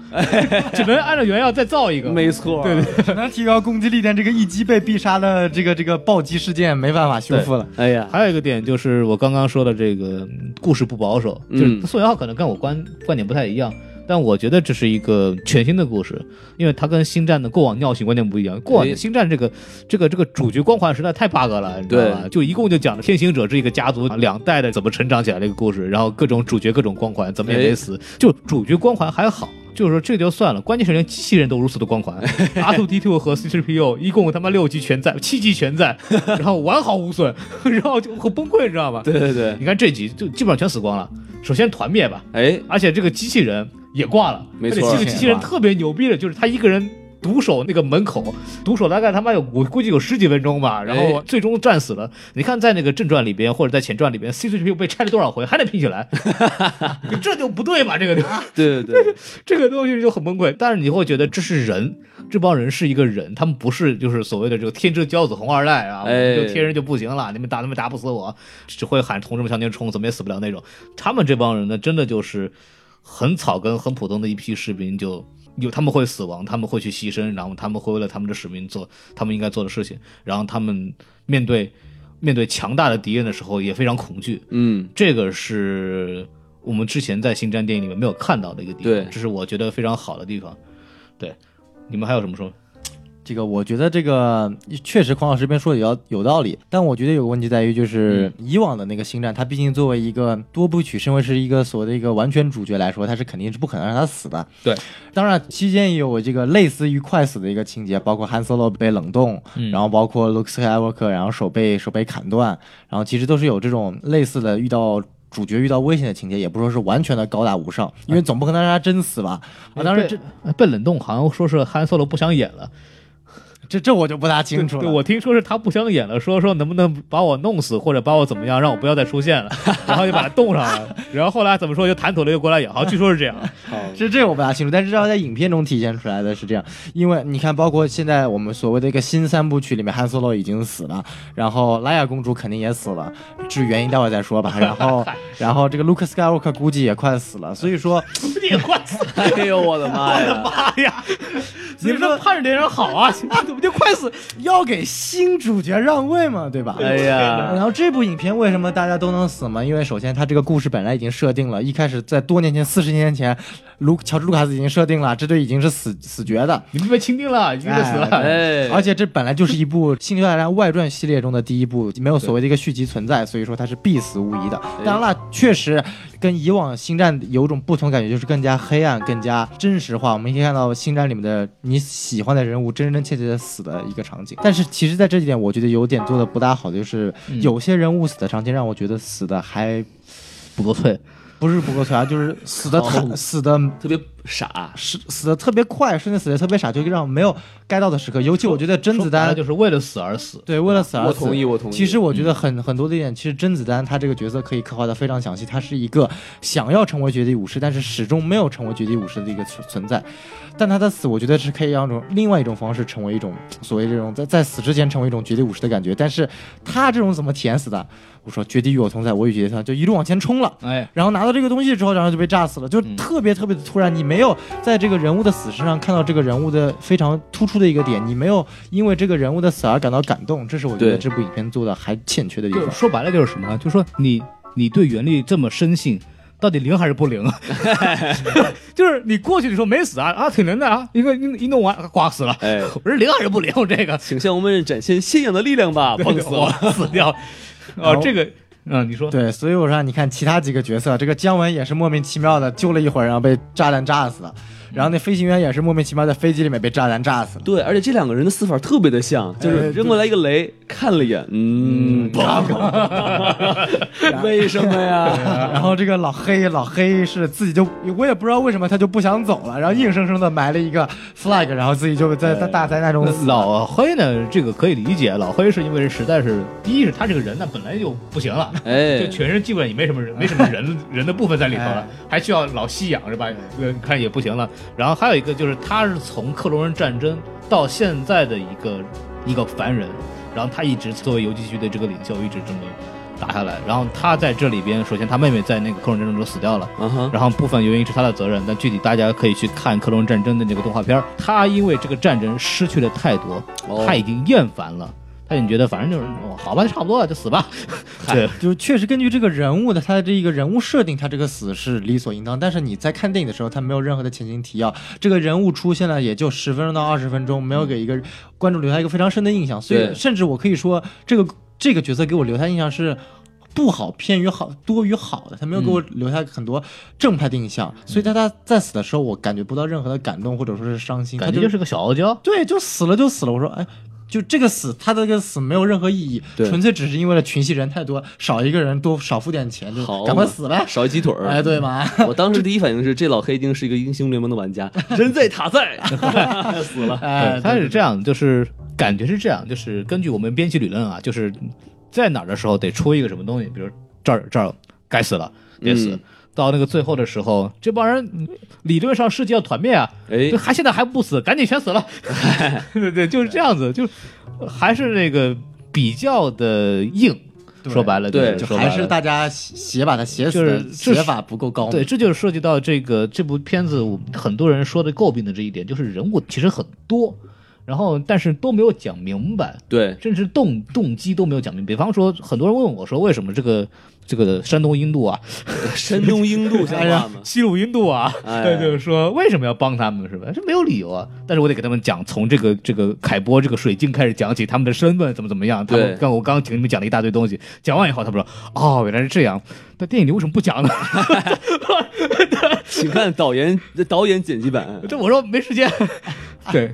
只能按照原样再造一个。
没错，
对对，
只能提高攻击力，但这个一击被必杀的这个这个暴击事件没办法修复了。
哎呀，
还有一个点就是我刚刚说的这个嗯故事不保守，
嗯
就是宋元浩可能跟我观观点不太一样，但我觉得这是一个全新的故事，因为它跟星战的过往尿性观念不一样。过往的
哎
星战这个这个这个主角光环实在太 bug 了，你知道吧？就一共就讲了天行者这一个家族两代的怎么成长起来的一个故事，然后各种主角各种光环怎么也
哎
没死，就主角光环还好。就是说这就算了，关键是连机器人都如此的光环 r 2 d 2和 C3PO 一共他妈六级全在，七级全在，然后完好无损， 然后就很崩溃，你知道吧？
对对对，
你看这集就基本上全死光了。首先团灭吧，
哎，
而且这个机器人也挂了，
没错
而且这个机器人特别牛逼的，就是他一个人。独守那个门口，独守大概他妈有我估计有十几分钟吧，然后
哎
最终战死了。你看在那个正传里边或者在前传里边，C3PO 被拆了多少回还得拼 起来，这就不对吧？这个地方
对对对，
这个东西就很崩溃。但是你会觉得这是人，这帮人是一个人，他们不是就是所谓的这个天之骄子红二代啊，
哎
我们就天人就不行了，你们打他们打不死我，只会喊同志们向前冲，怎么也死不了那种。他们这帮人呢，真的就是很草根、很普通的一批士兵就。有他们会死亡，他们会去牺牲，然后他们会为了他们的使命做他们应该做的事情，然后他们面对面对强大的敌人的时候也非常恐惧，
嗯，
这个是我们之前在星战电影里面没有看到的一个地方，
对
这是我觉得非常好的地方。对，你们还有什么说？
这个我觉得这个确实孔老师这边说的也要有道理，但我觉得有个问题在于，就是
嗯
以往的那个星战，它毕竟作为一个多部曲，身为是一个所谓的一个完全主角来说，它是肯定是不可能让他死的。
对，
当然期间也有这个类似于快死的一个情节，包括汉 Solo 被冷冻，
嗯
然后包括 Luke Skywalker，然后手被手被砍断，然后其实都是有这种类似的遇到。主角遇到危险的情节，也不说是完全的高大无上，因
哎
为总不可能让他真死吧？啊，当然这
被被呃冷冻，好像说是憨 solo 不想演了。
这这我就不大清楚了。
对，我听说是他不想演了，说说能不能把我弄死或者把我怎么样，让我不要再出 现了，然后就把他冻上了。然后后来怎么说，又谈妥了，又过来演，好像据说是这 样。
这这我不大清楚，但是至少在影片中体现出来的是这样，因为你看，包括现在我们所谓的一个新三部曲里面，汉 Solo 已经死了，然后莱娅公主肯定也死了，至于原因待会儿再说吧。然后，然后这个 Luke Skywalker 估计也快死了，所以 说，
你也快死了，
哎呦我的妈呀！
哎呀！所以说盼着这人好啊，怎么就快死？
要给新主角让位嘛，对吧？
哎呀，
然后这部影片为什么大家都能死嘛？因为首先它这个故事本来已经设定了，一开始在多年前，四十年前，卢乔治卢卡斯已经设定了，这对已经是死死绝的。
你们被钦定了，你饿死了。
哎，
而且这本来就是一部《星球大战外传》系列中的第一部，没有所谓的一个续集存在，所以说它是必死无疑的。当然了，确实跟以往《星战》有种不同感觉，就是更加黑暗、更加真实化。我们可以看到《星战》里面的你喜欢的人物真真切切的死的一个场景。但是其实，在这一点，我觉得有点做的不大好的，就是
嗯
有些人物死的场景让我觉得死的还
不够脆，
不是不够全，就是死的
哦
死的
特别傻，
死死的特别快，甚至死的特别傻，就让没有 get 到的时刻。尤其我觉得甄子丹
说白了就是为了死而死。
对，为了死而死。
我同意，我同意。嗯
其实我觉得很、很多的一点，其实甄子丹他这个角色可以刻画的非常详细，他是一个想要成为绝地武士，但是始终没有成为绝地武士的一个存存在。但他的死，我觉得是可以让一种另外一种方式成为一种所谓这种在在死之前成为一种绝地武士的感觉。但是他这种怎么体验死的？我说绝地与我同在，我与绝地同在，就一路往前冲了。
哎，
然后拿到这个东西之后，然后就被炸死了，就特别特别的突然。你没有在这个人物的死身上看到这个人物的非常突出的一个点，你没有因为这个人物的死而感到感动，这是我觉得
对
这部影片做的还欠缺的地
就
方。
说白了就是什么呢？就说你你对原力这么深信，到底灵还是不灵？ 就是你过去你说没死啊啊，挺灵的啊，一个一一弄完挂死了，
哎，
我说灵还是不灵？我这个
请向我们展现信仰的力量吧！碰死
我
了，
死掉 了。
然
哦
后，
这个嗯，你说
对，所以我说你看其他几个角色，这个姜文也是莫名其妙的救了一会儿，然后被炸弹炸死了。然后那飞行员也是莫名其妙在飞机里面被炸弹炸死了。
对，而且这两个人的死法特别的像，就是扔过来一个雷，看了一眼，嗯， 为什么呀？
然后这个老黑，老黑是自己就我也不知道为什么他就不想走了，然后硬生生的埋了一个 flag，然后自己就在在大灾难中死了。
老黑呢，这个可以理解。老黑是因为实在是，第一是他这个人呢本来就不行了，就
哎，
全身基本上也没什么人，没什么人人的部分在里头了
哎，
还需要老吸氧是吧？呃，看也不行了。然后还有一个就是，他是从克隆人战争到现在的一个一个凡人，然后他一直作为游击区的这个领袖，一直这么打下来。然后他在这里边，首先他妹妹在那个克隆战争中死掉了。
啊哈，
然后部分原因是他的责任，但具体大家可以去看《克隆战争》的那个动画片儿。他因为这个战争失去了太多，
哦
他已经厌烦了，他已经觉得反正就是、哦、好吧，差不多了，就死吧。对，
就是确实根据这个人物的他的这一个人物设定，他这个死是理所应当。但是你在看电影的时候，他没有任何的前情提要，这个人物出现了也就十分钟到二十分钟，没
嗯
有给一个观众留下一个非常深的印象。所以
对
甚至我可以说，这个这个角色给我留下印象是。不好偏于好多于好的，他没有给
嗯
我留下很多正派的印象，所以在他在死的时候，我感觉不到任何的感动或者说是伤心，他
感觉就是个小傲娇。
对，就死了就死了。我说，哎，就这个死，他的这个死没有任何意义，
对
纯粹只是因为了群戏人太多，少一个人多少付点钱，就
好嘛，
赶快死呗。
少一鸡腿儿。
哎，对吗？
我当时第一反应是，这老黑一定是一个英雄联盟的玩家， 人在塔在，死了。
哎，
他
对
是这样，就是感觉是这样，就是根据我们编辑理论啊，就是在哪儿的时候得出一个什么东西，比如这儿这儿该死了，得死。
嗯
到那个最后的时候，这帮人嗯理论上世界要团灭啊，
哎
就，还现在还不死，赶紧全死了。 对对，就是这样子，就还是那个比较的硬，
对
说白了，
对
就是
就
说白
还
了
是大家写写把它写死
就是
的，
这是
写法不够高明。
对，这就是涉及到这个这部片子我们很多人说的诟病的这一点，就是人物其实很多，然后但是都没有讲明白，
对，
甚至动动机都没有讲明白。比方说，很多人问我说，为什么这个这个山东印度啊，
山东印度像
哎呀
话 吗？
西鲁印度啊，
哎
对，就是说为什么要帮他们是吧？这没有理由啊。但是我得给他们讲，从这个这个凯波这个水晶开始讲起，他们的身份怎么怎么样。他们
对
刚我刚听你们讲了一大堆东西，讲完以后他们说，哦，原来是这样。那电影里为什么不讲呢？
请看导演导演剪辑版。
这我说没时间。对，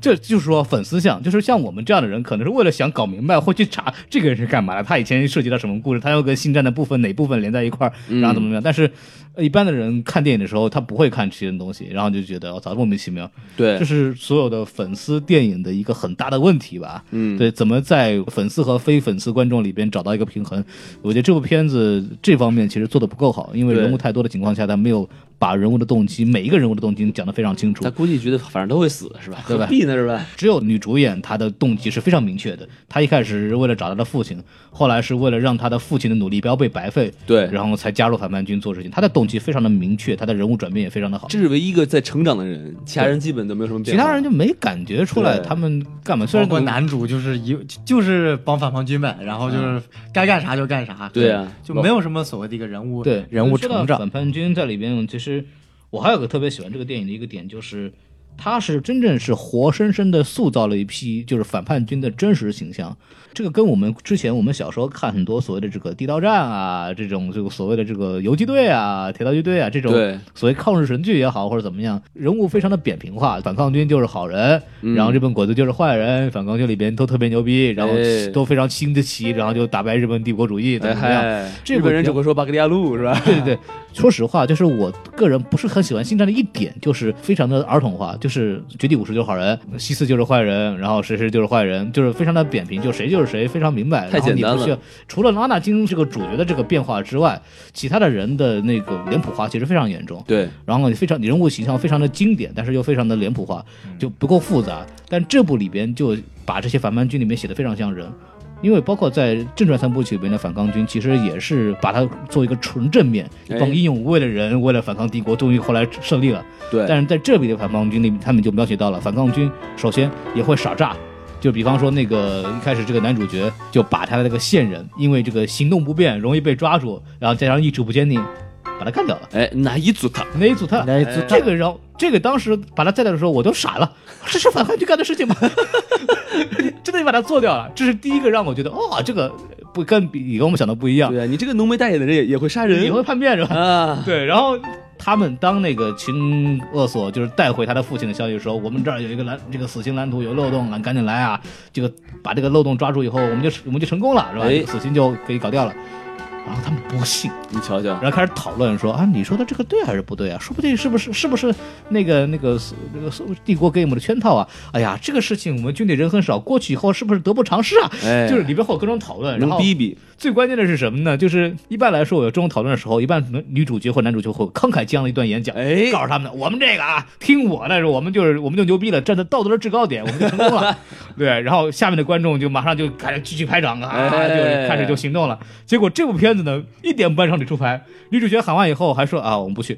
这就是说粉丝像，就是像我们这样的人，可能是为了想搞明白，会去查这个人是干嘛的，他以前涉及到什么故事，他要跟星战的部分哪部分连在一块儿，然后怎么怎么样。但是，呃一般的人看电影的时候，他不会看这些东西，然后就觉得我哦操、莫名其妙。
对
这，是所有的粉丝电影的一个很大的问题吧？
嗯，
对，怎么在粉丝和非粉丝观众里边找到一个平衡？我觉得这部片子这方面其实做的不够好，因为
对
人物太多的情况下，他没有把人物的动机，每一个人物的动机讲得非常清楚
他。估计觉得反正都会死是 吧？
对吧
何必呢是吧？
只有女主演她的动机是非常明确的，她一开始是为了找她的父亲，后来是为了让她的父亲的努力不要被白费，
对
然后才加入反叛军做事情。她的动机非常的明确，她的人物转变也非常的好。
这是唯一一个在成长的人，其他人基本都没有什么
其
变化。
他人就没感觉出来
对
他们干嘛，虽
包
然
括
我
男主就是一就是帮反叛军呗，然后
嗯
就是该干啥就干啥，
对啊
就没有什么所谓的一个人物
对
人物
说到
成长，
反叛军在里边，其实我还有个特别喜欢这个电影的一个点，就是它是真正是活生生的塑造了一批就是反叛军的真实形象。这个跟我们之前我们小时候看很多所谓的这个地道战啊，这种这个所谓的这个游击队啊、铁道局队啊这种
对
所谓抗日神剧也好或者怎么样，人物非常的扁平化，反抗军就是好人，
嗯
然后日本鬼子就是坏人，反抗军里边都特别牛逼，然后
哎
都非常兴得起，然后就打败日本帝国主义怎么
哎
怎么样。
嗨，
这
日
个
本人
比较
只会说巴格利亚路是吧？
对对对，说实话，就是我个人不是很喜欢星战的一点，就是非常的儿童化，就是绝地武士就是好人，西斯就是坏人，然后谁谁就是坏人，就是非常的扁平，就谁就是谁，非常明白。
太
然后你
简单
不
了
需要。除了拉纳金这个主角的这个变化之外，其他的人的那个脸谱化其实非常严重。
对，
然后非常人物形象非常的经典，但是又非常的脸谱化，就不够复杂。但这部里边就把这些反叛军里面写的非常像人，因为包括在正传三部曲里边的反抗军，其实也是把它做一个纯正面，
哎
一帮英勇为了人，为了反抗帝国，终于后来胜利了。
对，
但是在这里的反抗军里面，他们就描写到了反抗军首先也会耍诈。就比方说，那个一开始这个男主角就把他的那个线人，因为这个行动不便，容易被抓住，然后加上意志不坚定，把他干掉了。
哎，哪一组他？
那一组他，
来自
这个然后这个当时把他带掉的时候，我都傻了，这是反叛军干的事情吗？ 真的把他做掉了，这是第一个让我觉得哦，这个不跟比跟我们想的不一样，
对啊，你这个浓眉大眼的人也也会杀人
也会叛变是吧？
啊？
对，然后他们当那个秦厄索就是带回他的父亲的消息说，我们这儿有一个蓝这个死刑蓝图有漏洞了，赶紧来啊！这个把这个漏洞抓住以后，我们就我们就成功了，是吧？
哎
这个死刑就可以搞掉了。然后他们不信，
你瞧瞧，
然后开始讨论说啊，你说的这个对还是不对啊？说不定是不是是不是那个那个那个帝国给我们的圈套啊？哎呀，这个事情我们军里人很少，过去以后是不是得不偿失啊？
哎，
就是里边会有各种讨论，然
能
后
逼逼，
最关键的是什么呢？就是一般来说，我有这种讨论的时候，一般女主角或男主角会慷慨激昂的一段演讲，
哎
告诉他们我们这个啊，听我的，我们就是我们就牛逼了，站在道德的制高点，我们就成功 了。对，然后下面的观众就马上就开始继续拍掌啊，
哎
就是开始就行动了。结果这部片子呢，一点不按常理出牌，女主角喊完以后还说啊，我们 不去。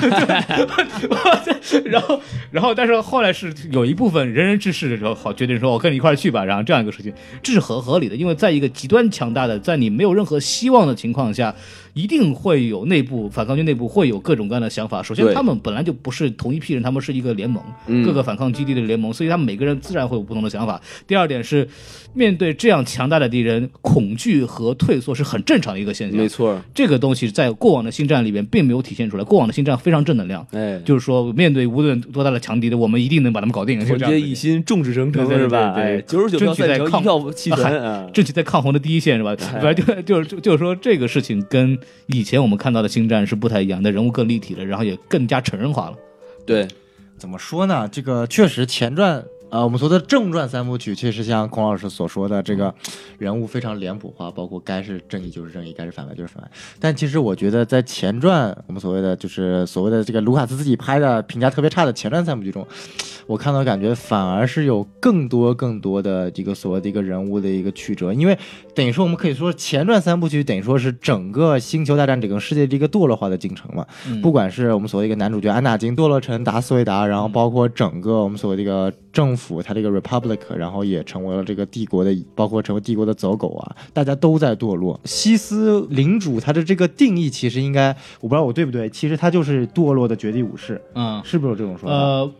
对然后，然后，但是后来是有一部分仁人志士的时候，好决定说我跟你一块儿去吧，然后这样一个事情，这是很合理的，因为在一个极端强大的，在你没有任何希望的情况下，一定会有内部反抗军内部会有各种各样的想法。首先，
对
他们本来就不是同一批人，他们是一个联盟，
嗯
各个反抗基地的联盟，所以他们每个人自然会有不同的想法。第二点是，面对这样强大的敌人，恐惧和退缩是很正常的一个现象
没。错儿，
这个东西在过往的星战里边并没有体现出来，过往的星战非常正能量，
哎，
就是说面对无论多大的强敌的，我们一定能把他们搞定，就
团
这样
结
子
一心，众志成城
对对
是吧？
对对
哎，九十九票
争取在
赞成，
抗
一票弃权啊。
争取在抗洪的第一线是吧？反正就就是就就是说这个事情跟以前我们看到的星战是不太一样的，人物更立体了，然后也更加成人化了。
对，
怎么说呢？这个确实前传。呃，我们说的正传三部曲，确实像孔老师所说的，这个人物非常脸谱化，包括该是正义就是正义，该是反派就是反派。但其实我觉得，在前传，我们所谓的就是所谓的这个卢卡斯自己拍的评价特别差的前传三部曲中，我看到感觉反而是有更多更多的这个所谓的一个人物的一个曲折，因为等于说我们可以说前传三部曲等于说是整个星球大战整个世界的一个堕落化的进程嘛，
嗯
不管是我们所谓一个男主角安纳金堕落成达斯维达，然后包括整个我们所谓的一个政府，它这个 republic，然后也成为了这个帝国的，包括成为帝国的走狗啊，大家都在堕落。西斯领主他的这个定义其实应该，我不知道我对不对，其实他就是堕落的绝地武士，
嗯，
是不是有这种说法？
呃，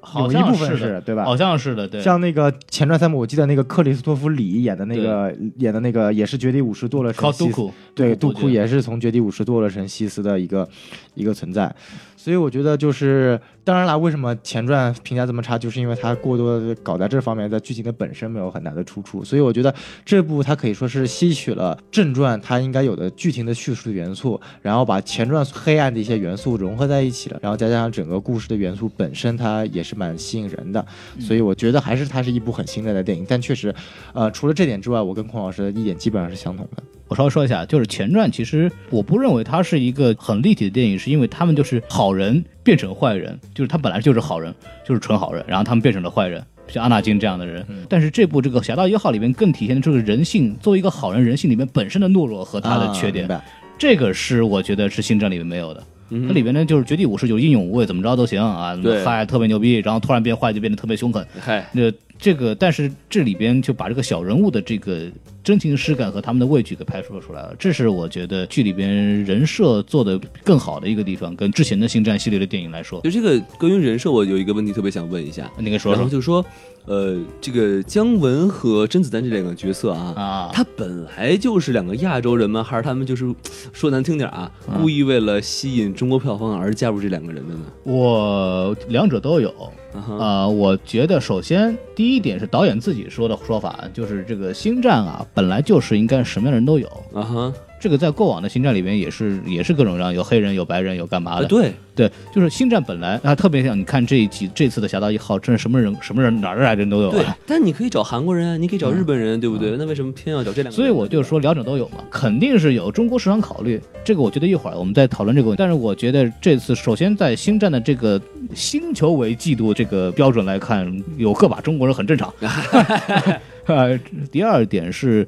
好
有一
像
部分
是的
是对吧
好像是的，对。
像那个前传三部，我记得那个克里斯托弗里演的那个演的那个也是绝地武士堕落
靠
成
杜
西斯，
库，
对，杜
杜
库也是从绝地武士堕落成西斯的一个一个存在，所以我觉得就是，当然啦，为什么前传评价这么差，就是因为它过多的搞在这方面，在剧情的本身没有很大的出处，所以我觉得这部它可以说是吸取了正传它应该有的剧情的叙述元素，然后把前传黑暗的一些元素融合在一起了，然后再加上整个故事的元素本身，它也是蛮吸引人的，
嗯
所以我觉得还是它是一部很新锐的电影，但确实，呃，除了这点之外，我跟孔老师的意见基本上是相同的。
我稍微说一下，就是前传，其实我不认为它是一个很立体的电影，是因为他们就是好人变成坏人，就是他本来就是好人，就是纯好人，然后他们变成了坏人，像阿纳金这样的人。
嗯
但是这部这个《侠盗一号》里面更体现的就是人性，作为一个好人，人性里面本身的懦弱和他的缺点，
啊明白
这个是我觉得是星战里面没有的。它里边呢就是绝地武士，就是英勇无畏，怎么着都行啊，
对
嗨特别牛逼，然后突然变坏就变得特别凶狠，
嗨，
那这个，但是这里边就把这个小人物的这个真情实感和他们的畏惧给拍摄出来了，这是我觉得剧里边人设做的更好的一个地方，跟之前的星战系列的电影来说，
就这个关于人设，我有一个问题特别想问一下，
你给说
然后
说
就说，呃，这个姜文和甄子丹这两个角色啊，
啊，
他本来就是两个亚洲人吗？还是他们就是说难听点啊，故意为了吸引中国票房而加入这两个人的呢？
我两者都有。
啊哈
啊、我觉得首先第一点是导演自己说的说法，就是这个星战啊，本来就是应该什么样的人都有。
啊哈
这个在过往的星战里边也是也是各种各样，有黑人，有白人，有干嘛
啊，
的。
对，
对，就是星战本来啊，特别像你看这一集这次的《侠盗一号》，真是什么人什么人哪儿来的人都有、
对
啊。，
但你可以找韩国人啊，你可以找日本人，对不对？那为什么偏要找这两个人呢？
所以我就说两者都有嘛，肯定是有中国市场考虑。这个我觉得一会儿我们再讨论这个问题。但是我觉得这次首先在星战的这个星球为季度这个标准来看，有个把中国人很 正常。呃，第二点是。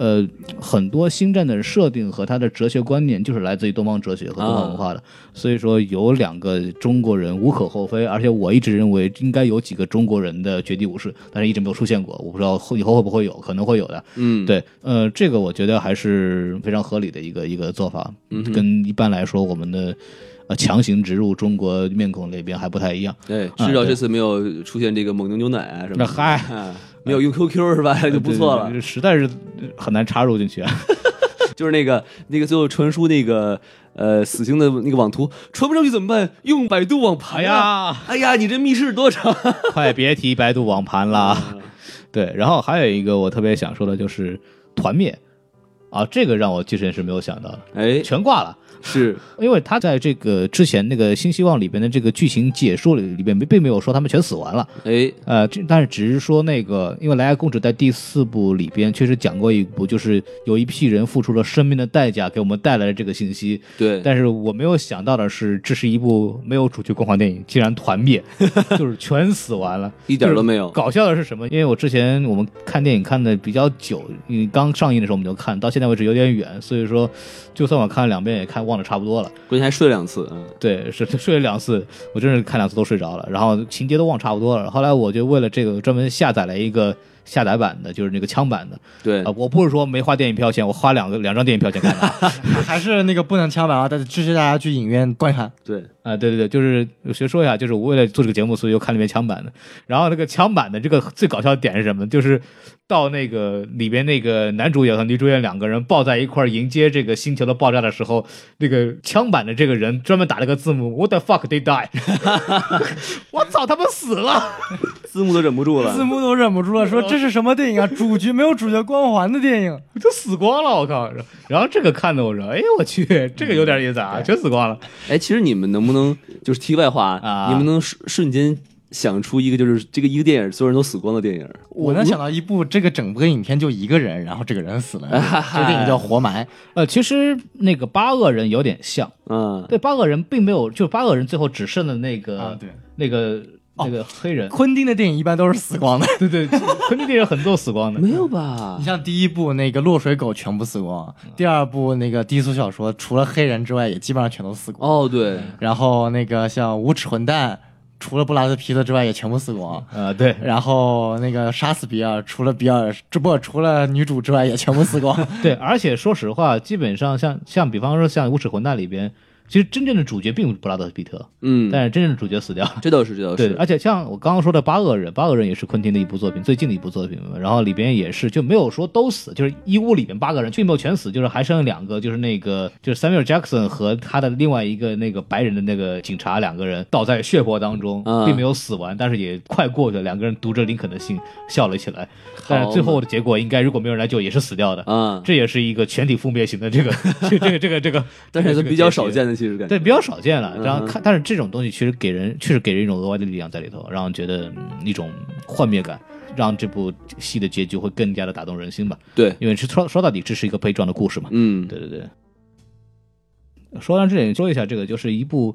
呃，很多星战的设定和它的哲学观念就是来自于东方哲学和东方文化
啊
的，所以说有两个中国人无可厚非，而且我一直认为应该有几个中国人的绝地武士，但是一直没有出现过，我不知道后以后会不会有，可能会有的。
嗯，
对，呃，这个我觉得还是非常合理的一个一个做法，
嗯哼
跟一般来说我们的呃强行植入中国面孔那边还不太一样。
对，
啊
哎至少
对
这次没有出现这个蒙牛牛奶啊什么的，
那嗨
啊，没有用 QQ 是吧？ 就不错了
对，。对对实在是很难插入进去啊。
就是那个那个最后传输那个呃死星的那个网图传不上去怎么办？用百度网
哎
盘呀！
呀，
哎呀，你这密室多长？ 啊
快别提百度网盘啦。
嗯
对，然后还有一个我特别想说的就是团灭啊，这个让我之前是没有想到的，
哎，
全挂了。
是
因为他在这个之前那个《新希望》里边的这个剧情解说里里边，并没有说他们全死完了，
哎，
呃，这但是只是说那个，因为莱娅公主在第四部里边确实讲过一部，就是有一批人付出了生命的代价，给我们带来了这个信息。
对，
但是我没有想到的是，这是一部没有主角光环电影，竟然团灭， 就是全死完了。
一点都没有。
搞笑的是什么？因为我之前我们看电影看的比较久，因为刚上映的时候我们就看到现在为止有点远，所以说就算我看了两遍也看忘得差不多了。
关键还睡了两次，嗯
对，是睡了两次，我真是看两次都睡着了，然后情节都忘差不多了。后来我就为了这个专门下载了一个下载版的，就是那个枪版的
对
啊、，我不是说没花电影票钱，我花两个两张电影票钱看的啊、
还是那个不能枪版啊，但是支持大家去影院观看。
对，
啊对对对，就是先说一下，就是我为了做这个节目，所以又看了一遍枪版的。然后那个枪版的这个最搞笑的点是什么？就是到那个里边那个男主演和女主演两个人抱在一块儿迎接这个星球的爆炸的时候，那个枪版的这个人专门打了个字幕，What the fuck they die？我操，他们死了！
字幕都忍不住了。
幕都忍不住了，说这是什么电影啊？主角没有主角光环的电影。
就死光了，我靠！然后这个看的我说，哎我去，这个有点意思啊，全死光了。
哎，其实你们能不能就是题外话
啊
你们能瞬瞬间想出一个就是这个一个电影所有人都死光的电影？
我能想到一部这个整部影片就一个人，然后这个人 死了，这个电影叫《活埋》。
呃，其实那个八恶人有点像，
嗯，
对，八恶人并没有，就八恶人最后只剩了那个、
啊对
那个
哦
那个黑人，
昆汀的电影一般都是死 光的，
对对，昆汀电影很多死光的，
没有吧
你？像第一部那个《落水狗》全部死光，第二部那个低俗小说除了黑人之外也基本上全都死光，
哦，对，
然后那个像《无耻混蛋》。除了布拉德皮特之外也全部死光。
啊，对，
然后那个杀死比尔，除了比尔，这不除了女主之外也全部死 光。
对，而且说实话，基本上像像比方说像《无耻混蛋》里边，其实真正的主角并不是布拉德皮特，
嗯，
但是真正的主角死掉了。
这倒是，这倒
对，
是，
而且像我刚刚说的《八恶人》，《八恶人》也是昆汀的一部作品，最近的一部作品嘛。然后里边也是就没有说都死，就是一屋里面八个人并没有全死，就是还剩两个，就是那个就是 Samuel Jackson 和他的另外一个那个白人的那个警察两个人倒在血泊当中
啊，
并没有死完，但是也快过去了。两个人读着林肯的信笑了起来，但
好
是最
嘛
后的结果应该如果没有人来救也是死掉的。
啊，
这也是一个全体覆灭型的这个 这个这个这个，
但是
这
都
个
比较
结局
少见的，其实感觉
对，比较少见了。然
嗯
后
哼
看，但是这种东西确实给人确实给人一种额外的力量在里头，让人觉得、嗯一种幻灭感，让这部戏的结局会更加的打动人心吧。
对，
因为是说说到底，这是一个悲壮的故事嘛。
嗯，
对对对。说到这里，说一下这个，就是一部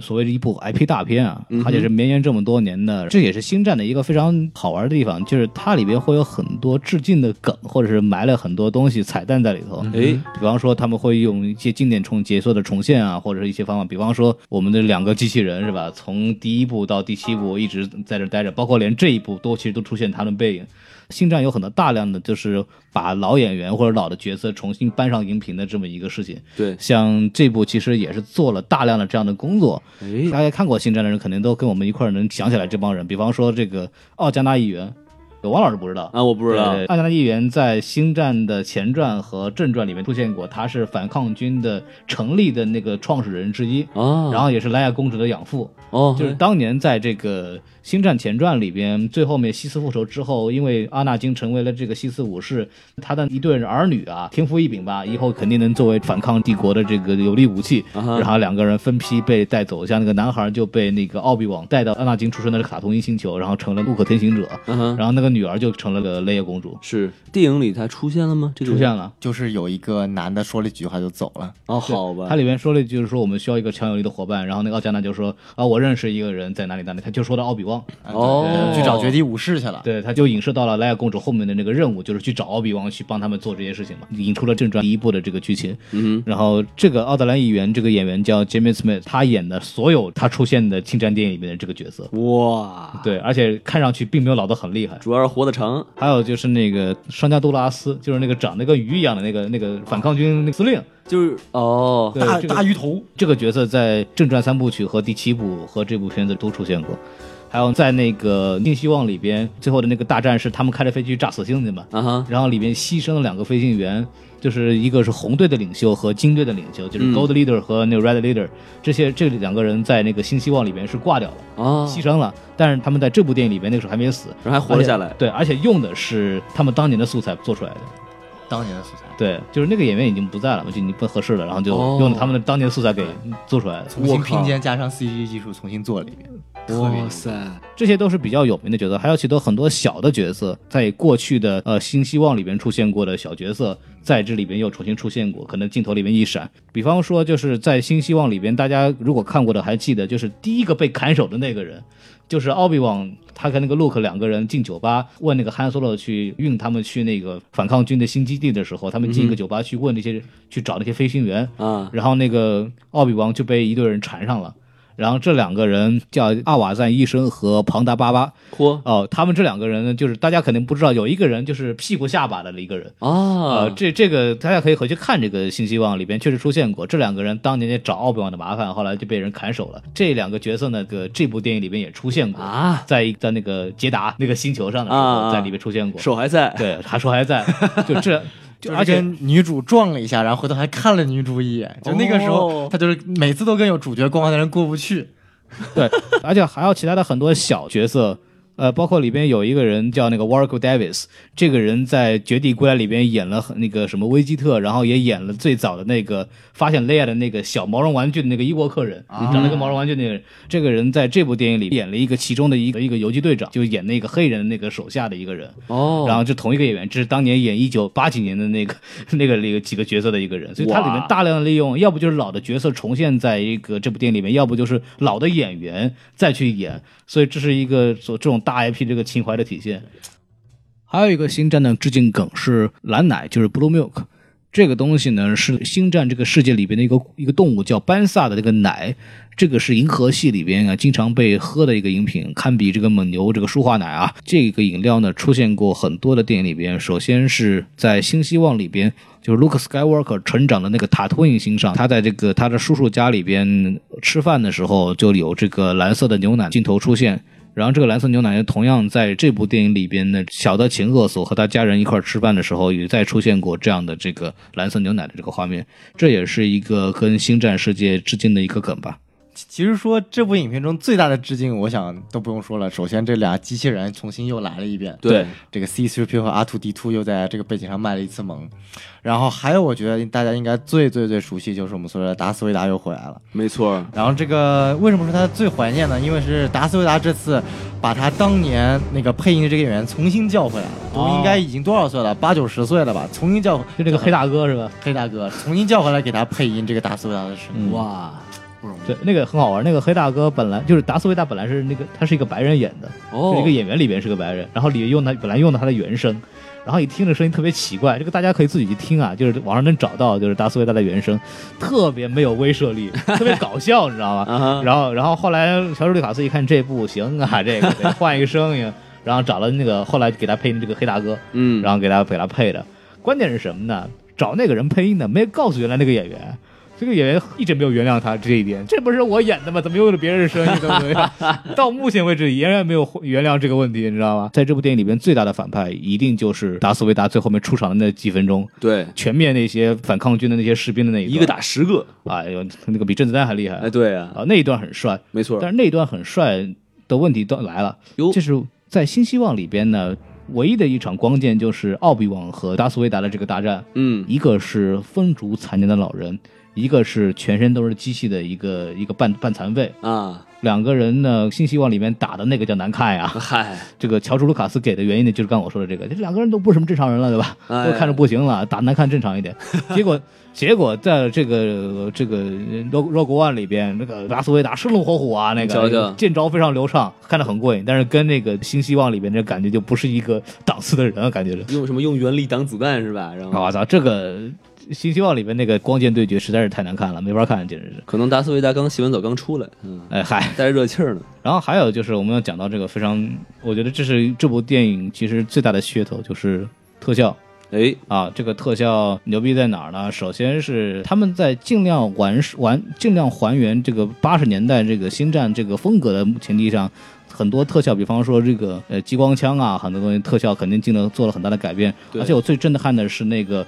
所谓的一部 IP 大片啊
嗯，哼
它就是绵延这么多年的，这也是《星战》的一个非常好玩的地方，就是它里边会有很多致敬的梗，或者是埋了很多东西彩蛋在里头。
哎，
比方说他们会用一些经典重解说的重现啊，或者是一些方法，比方说我们的两个机器人是吧？从第一部到第七部一直在这待着，包括连这一部都其实都出现他们背影。星战有很多大量的就是把老演员或者老的角色重新搬上荧屏的这么一个事情，
对，
像这部其实也是做了大量的这样的工作。
哎，
大家看过《星战》的人肯定都跟我们一块儿能想起来这帮人，比方说这个奥加纳议员，王老师不知道
啊，我不知道
对，奥加纳议员在《星战》的前传和正传里面出现过，他是反抗军的成立的那个创始人之一，
啊，
然后也是莱娅公主的养父。
哦，
就是当年在这个《星战前传》里边，最后面西斯复仇之后，因为阿纳金成为了这个西斯武士，他的一对儿女啊，天赋异禀吧，以后肯定能作为反抗帝国的这个有力武器。
啊哈
然后两个人分批被带走，像那个男孩就被那个奥比王带到阿纳金出生的卡通因星球，然后成了陆可天行者。
嗯哼，
然后那个女儿就成了个雷夜公主，
是电影里他出现了吗？这个
出
人
现了。
就是有一个男的说了一句话就走了，
哦，好吧
它，里面说了一句，就是说我们需要一个强有力的伙伴。然后那个奥加纳就说啊，我认识一个人在哪里哪里，他就说到奥比旺，
哦
啊去找绝地武士去了。
对，他就影射到了莱娅公主后面的那个任务，就是去找奥比旺去帮他们做这些事情嘛，引出了正传第一部的这个剧情。
嗯
然后这个奥德兰议员这个演员叫 Jimmy Smith，他演的所有他出现的星战电影里面的这个角色，
哼，哇，
对，而且看上去并没有老得很厉害。
主要是活得长，
还有就是那个商家杜拉斯，就是那个长得跟鱼一样的那个那个反抗军那个司令，
就是哦，
对这个
鱼头，
这个角色在正传三部曲和第七部和这部片子都出现过，还有在那个《新希望》里边，最后的那个大战是他们开着飞机炸死星星嘛，
啊哈，
然后里面牺牲了两个飞行员，就是一个是红队的领袖和金队的领袖，就是
嗯
Gold Leader 和那个 Red Leader，、这些这两个人在那个《新希望》里边是挂掉了。
啊，
牺牲了，但是他们在这部电影里边那个时候还没死，
然后还活了下
而
来
且，对，而且用的是他们当年的素材做出来的。
当年的素材，
对，就是那个演员已经不在了嘛，就你不合适了，然后就
哦
用了他们的当年素材给做出来的。
重新拼接加上 CG 技术重新做了一遍。特别
哇塞，
这些都是比较有名的角色，还有许多很多小的角色，在过去的呃《新希望》里边出现过的小角色，在这里边又重新出现过，可能镜头里面一闪。比方说，就是在《新希望》里边，大家如果看过的还记得，就是第一个被砍手的那个人， 就是奥比旺，他跟那个 Luke 两个人进酒吧，问那个汉 Solo 去运他们去那个反抗军的新基地的时候，他们进一个酒吧去问那些、去找那些飞行员，
啊，
然后那个奥比王就被一队人缠上了。然后这两个人叫阿瓦赞医生和庞达巴巴
嚯
哦，他们这两个人呢，就是大家肯定不知道，有一个人就是屁股下巴的一个人
啊
呃，，这这个大家可以回去看这个《新希望》里边确实出现过，这两个人当年也找奥比王的麻烦，后来就被人砍手了。这两个角色呢，个这部电影里边也出现过，
啊，
在一在那个捷达那个星球上的时
啊
候，
啊
在里边出现过，
手还在，
对，还说还在，就 这，就而
而且
且
女主撞了一下，然后回头还看了女主一眼，就那个时候、
哦
她就是每次都跟有主角光环的人过不去。
对，而且还有其他的很多小角色，呃，包括里边有一个人叫那个 Warwick Davis，这个人在《绝地归来》里边演了很那个什么维基特，然后也演了最早的那个发现雷亚的那个小毛绒玩具的那个伊沃克人，长得跟毛绒玩具那个人。这个人在这部电影里演了一个其中的一个一个游击队长，就演那个黑人的那个手下的一个人。
哦，
然后就同一个演员，这是当年演一九八几年的那个 那个那个几个角色的一个人，所以它里面
哇
大量利用，要不就是老的角色重现在一个这部电影里面，要不就是老的演员再去演，所以这是一个所这种大 IP 这个情怀的体现。
还有一个星战的致敬梗是蓝奶，就是 Blue Milk。
这个东西呢是《星战》这个世界里边的一个一个动物叫班萨的这个奶，这个是银河系里边啊经常被喝的一个饮品，堪比这个蒙牛这个舒化奶啊。这个饮料呢出现过很多的电影里边，首先是在《新希望》里边，就是 Luke Skywalker 成长的那个塔托影星上，他在这个他的叔叔家里边吃饭的时候，就有这个蓝色的牛奶镜头出现。然后这个蓝色牛奶同样在这部电影里边呢，小的秦厄索和他家人一块儿吃饭的时候，也再出现过这样的这个蓝色牛奶的这个画面，这也是一个跟《星战》世界致敬的一个梗吧。
其实说这部影片中最大的致敬，我想都不用说了。首先，这俩机器人重新又来了一遍，
对，
这个 C 3 P 和 R 2 D 2又在这个背景上卖了一次萌。然后还有，我觉得大家应该最最最熟悉就是我们说的达斯维达又回来了。
没错儿，
然后这个为什么说他最怀念呢？因为是达斯维达这次把他当年那个配音的这个演员重新叫回来了，都应该已经多少岁
哦
了？八九十岁了吧？重新叫
就那个黑大哥是吧？
黑大哥重新叫回来给他配音这个达斯维达的声
嗯
音，
哇，
不
嗯
容易。
对，那个很好玩。那个黑大哥本来就是达斯维达，本来是那个他是一个白人演的，
哦
就一个演员里边是个白人，然后里用他本来用的他的原声，然后一听这声音特别奇怪，这个大家可以自己去听啊，就是网上能找到，就是达斯维达的原声，特别没有威 慑力，特别搞笑，你知道吗？
啊哈，
然后然后后来乔治卢卡斯一看这不行啊，这个得换一个声音，然后找了那个后来给他配音的这个黑大哥，
嗯，
然后给他给他配的。关键是什么呢？找那个人配音的，没告诉原来那个演员。这个演员一直没有原谅他这一点，这不是我演的吗？怎么又是别人的声音，对不 对？到目前为止，仍然没有原谅这个问题，你知道吗？在这部电影里边，最大的反派一定就是达斯维达最后面出场的那几分钟，
对，
全面那些反抗军的那些士兵的那一
一
段
个打十个，
哎呦，那个比甄子丹还厉害
哎，对啊，
啊！那一段很帅，
没错儿，
但是那段很帅的问题都来了，
哟
就是在新希望里边呢，唯一的一场光剑就是奥比王和达斯维达的这个大战，
嗯，
一个是风烛残年的老人，一个是全身都是机器的一个一个半半残废，
啊，
两个人呢，新希望里面打的那个叫难看呀。
嗨，
这个乔治卢卡斯给的原因呢，就是刚我说的这个，这两个人都不是什么正常人了，对吧？
哎
都看着不行了，打难看正常一 点。结果，结果在这个这个《Rogue Rogue One》里边，那个达斯维达生龙活虎啊，那个
瞧瞧
剑招非常流畅，看着很过瘾，但是跟那个《新希望》里边这感觉就不是一个 档次的人啊，感觉是。
用什么用原力挡子弹是吧？然后
我操，这个《新希望》里边那个光剑对决实在是太难看了，没法看，简直是。
可能达斯维达刚洗完澡刚出来，嗯，
哎嗨，
带着热气儿呢，
然后还有就是我们要讲到这个非常，我觉得这是这部电影其实最大的噱头就是特效。
哎，
啊，这个特效牛逼在哪儿呢？首先是他们在尽量完完尽量还原这个八十年代这个星战这个风格的前提上，很多特效，比方说这个呃激光枪啊，很多东西特效肯定进了做了很大的改变。
对
而且我最震撼的是那个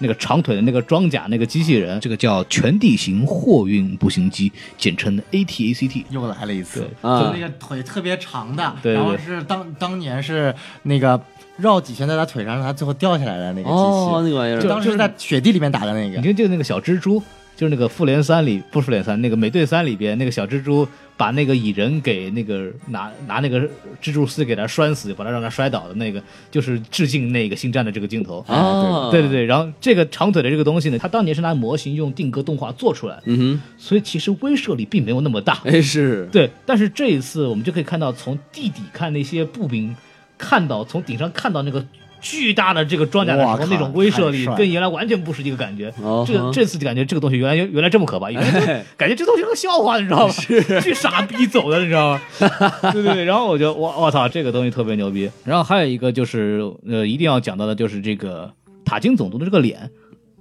那个长腿的那个装甲那个机器人，这个叫全地形货运步行机，简称 ATACT。
又来了一次
对，
就
啊
那，个腿特别长的，
对对
然后是当当年是那个绕几圈在他腿上，让他最后掉下来的那个机器，
哦，那个玩意
就
儿，
当时在雪地里面打的那
你
个。
看，就那个小蜘蛛，就是那个复联三里不是复联三，那个美队三里边那个小蜘蛛，把那个蚁人给那个拿拿那个蜘蛛丝给他拴死，把他让他摔倒的那个，就是致敬那个星战的这个镜头。
嗯
啊，
哎对对，对，然后这个长腿的这个东西呢，它当年是拿模型用定格动画做出来的，
嗯
所以其实威慑力并没有那么大。
哼，哎是，
对，但是这一次我们就可以看到，从地底看那些步兵，看到从顶上看到那个巨大的这个装甲的时
哇
候，
靠
那种威慑力
太帅了嗯
跟原来完全不是一个感觉。
哦
这
哈
这次就感觉这个东西原来原来这么可怕，以前都
哎
感觉这东西是个笑话，你知道吗？ 巨傻逼走的，你知道吗？ 对对对，然后我就我我操，这个东西特别牛逼。然后还有一个就是呃，一定要讲到的就是这个塔金总督的这个脸，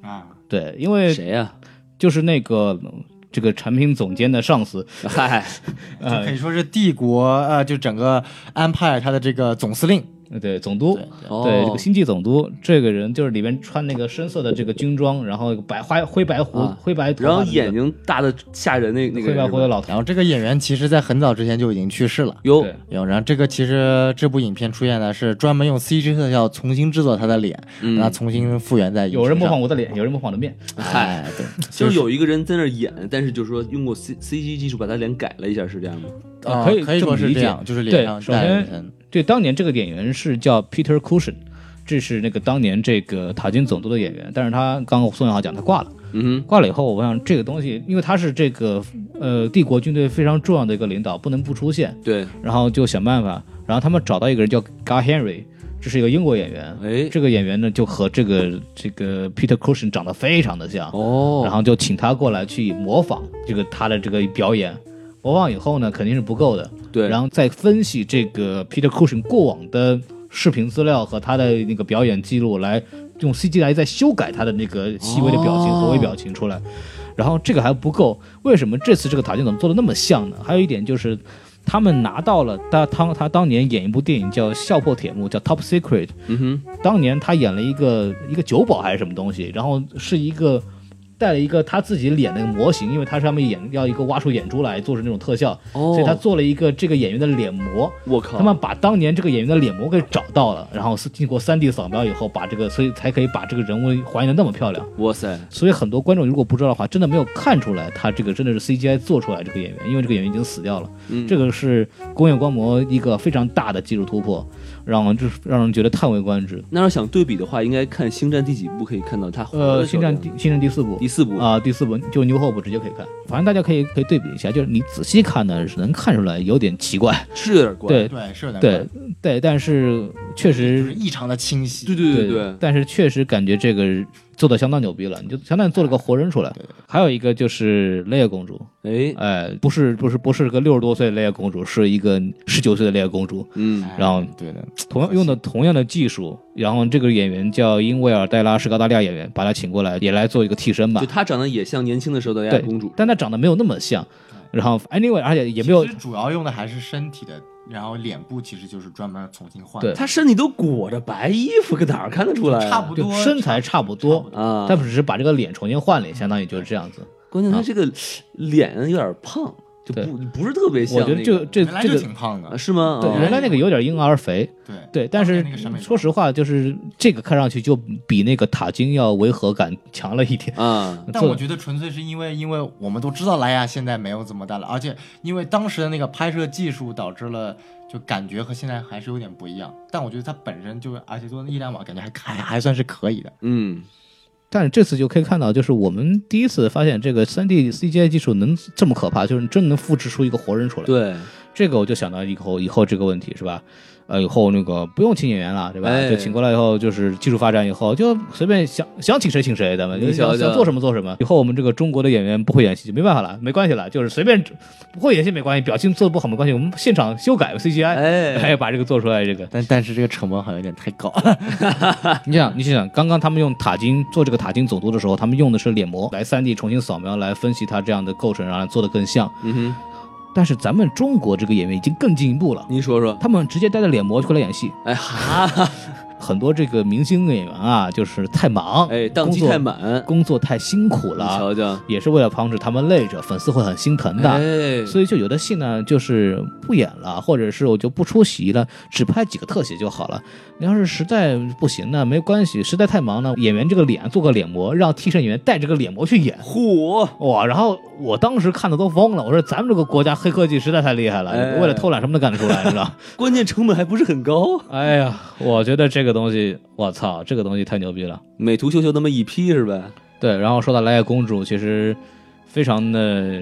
嗯
啊，
对，因为
谁呀？
就是那个这个产品总监的上司，
嗨，
就可以说是帝国呃，就整个安派他的这个总司令，
对总督，
哦
对，这个星际总督这个人就是里面穿那个深色的这个军装，然后白花灰白胡、
啊
灰白头发
然
的那
后
个、
眼睛大的吓人，那那个
灰白
人
胡的
是吧
老头
然。后这个演员其实在很早之前就已经去世了。
哟
对，
有，然后这个其实这部影片出现的是专门用 CG 特效重新制作他的脸，
嗯
让他重新复原在
有人模仿
我，
我的脸，有人模仿我的面，
哎，对，
就是有一个人在那儿演，但是就是说用过 C C G 技术把他脸改了一下，是这样吗？
啊
呃可以
可以
这么
说是
理
这
解
样，就是脸
对
上
首
带了一
先
层
对，当年这个演员是叫 Peter Cushing，这是那个当年这个塔金总督的演员，但是他刚刚宋小豪讲他挂了，
嗯
挂了以后，我想这个东西，因为他是这个呃帝国军队非常重要的一个领导，不能不出现，
哼，对，
然后就想办法，然后他们找到一个人叫 Gar Henry，这是一个英国演员，
哎
这个演员呢就和这个这个 Peter Cushing 长得非常的像，
哦，
然后就请他过来去模仿这个他的这个表演。模仿以后呢，肯定是不够的，
对，
然后再分析这个 Peter Cushing 过往的视频资料和他的那个表演记录，来用 CG 来再修改他的那个细微的表情
哦
和微表情出来。然后这个还不够，为什么这次这个塔金怎么做的那么像呢？还有一点就是。他们拿到了他他他当年演一部电影叫《笑破铁幕》，叫《Top Secret》。
嗯哼，
当年他演了一个一个酒保还是什么东西，然后是一个带了一个他自己脸的模型，因为他是他们演要一个挖出眼珠来做成那种特效，
哦，
所以他做了一个这个演员的脸模。
我靠，
他们把当年这个演员的脸模给找到了，然后是经过 3D 扫描以后，把这个，所以才可以把这个人物还原的那么漂亮。
哇塞，
所以很多观众如果不知道的话，真的没有看出来他这个真的是 CGI 做出来这个演员，因为这个演员已经死掉了。
嗯
这个是工业光魔一个非常大的技术突破，让人就是让人觉得叹为观止。
那要想对比的话，应该看《星战》第几部可以看到他活
呃，
的时
星
候
战第星战第四部
第四部，
啊、第四部就 New Hope 直接可以看，反正大家可以可以对比一下，就是你仔细看呢是能看出来有点奇怪，
是有点怪，
对
对，是有点
哎对对，但是确
就
实
是异常的清晰。
对对对对，
但是确实感觉这个做的相当牛逼了，你就相当于做了个活人出来。还有一个就是雷亚公主，
哎，
哎，不是不是不是个六十多岁的雷亚公主，是一个十九岁的雷亚公主，
嗯，
哎
然后
对的，
同样用的同样的技术，然后这个演员叫英威尔·戴拉，是个澳大利亚演员，把她请过来也来做一个替身吧
就。她长得也像年轻的时候的亚
对，
公主，嗯
但她长得没有那么像。然后 anyway，而且也没有
其实主要用的还是身体的，然后脸部其实就是专门重新换的。
对
她身体都裹着白衣服，搁哪儿看得出来啊？
差不
就
多
身材差不多，
啊，
但只是把这个脸重新换了，相当于就是这样子。
关键她
啊
这个脸有点胖，就
对
不不是特别像
我
那
觉
个，
得就这
原来
这
就
个
挺胖的
啊，是吗？
对
哦
原来那个有点婴儿肥。
对
对，但是
那个审美
说实话，就是这个看上去就比那个塔金要违和感强了一点。
啊，
但我觉得纯粹是因为，因为我们都知道莱雅现在没有这么大了，而且因为当时的那个拍摄技术导致了，就感觉和现在还是有点不一样。但我觉得它本身就，而且做那一两瓦，感觉还还还算是可以的。
嗯，
但是这次就可以看到，就是我们第一次发现这个 3D CGI 技术能这么可怕，就是真能复制出一个活人出来。，
对，
这个我就想到以后以后这个问题是吧？呃，以后那个不用请演员了，对吧？
哎
就请过来以后，就是技术发展以后，就随便想想请谁请谁，咱们
你
想
瞧瞧
想做什么做什么。以后我们这个中国的演员不会演戏就没办法了，没关系了，就是随便不会演戏没关系，表情做的不好没关系，我们现场修改 CGI，
哎，
哎，把这个做出来，这个。
但但是这个成本好像有点太高了。
啊
你想，你想想，刚刚他们用塔金做这个塔金总督的时候，他们用的是脸模来 3D 重新扫描来分析它这样的构成，然后做的更像。
嗯哼，
但是咱们中国这个演员已经更进一步了，
您说说，
他们直接带着脸模过来演戏。
哎哈，
很多这个明星演员啊，就是太忙，
哎，档期
工作
太，满，
工作太辛苦
你
了，
瞧瞧，
也是为了防止他们累着，粉丝会很心疼的。
哎，
所以就有的戏呢，就是不演了，或者是我就不出席了，只拍几个特写就好了。你要是实在不行呢，没关系，实在太忙呢，演员这个脸做个脸模，让替身演员带这个脸模去演。
嚯，
哇！然后我当时看的都疯了，我说咱们这个国家黑科技实在太厉害了，
哎
为了偷懒什么都干得出来，你知道？
关键成本还不是很高，
哎呀，我觉得这个东西，我操，这个东西太牛逼了。
美图秀秀那么一批是吧？
对，然后说到莱娅公主，其实非常的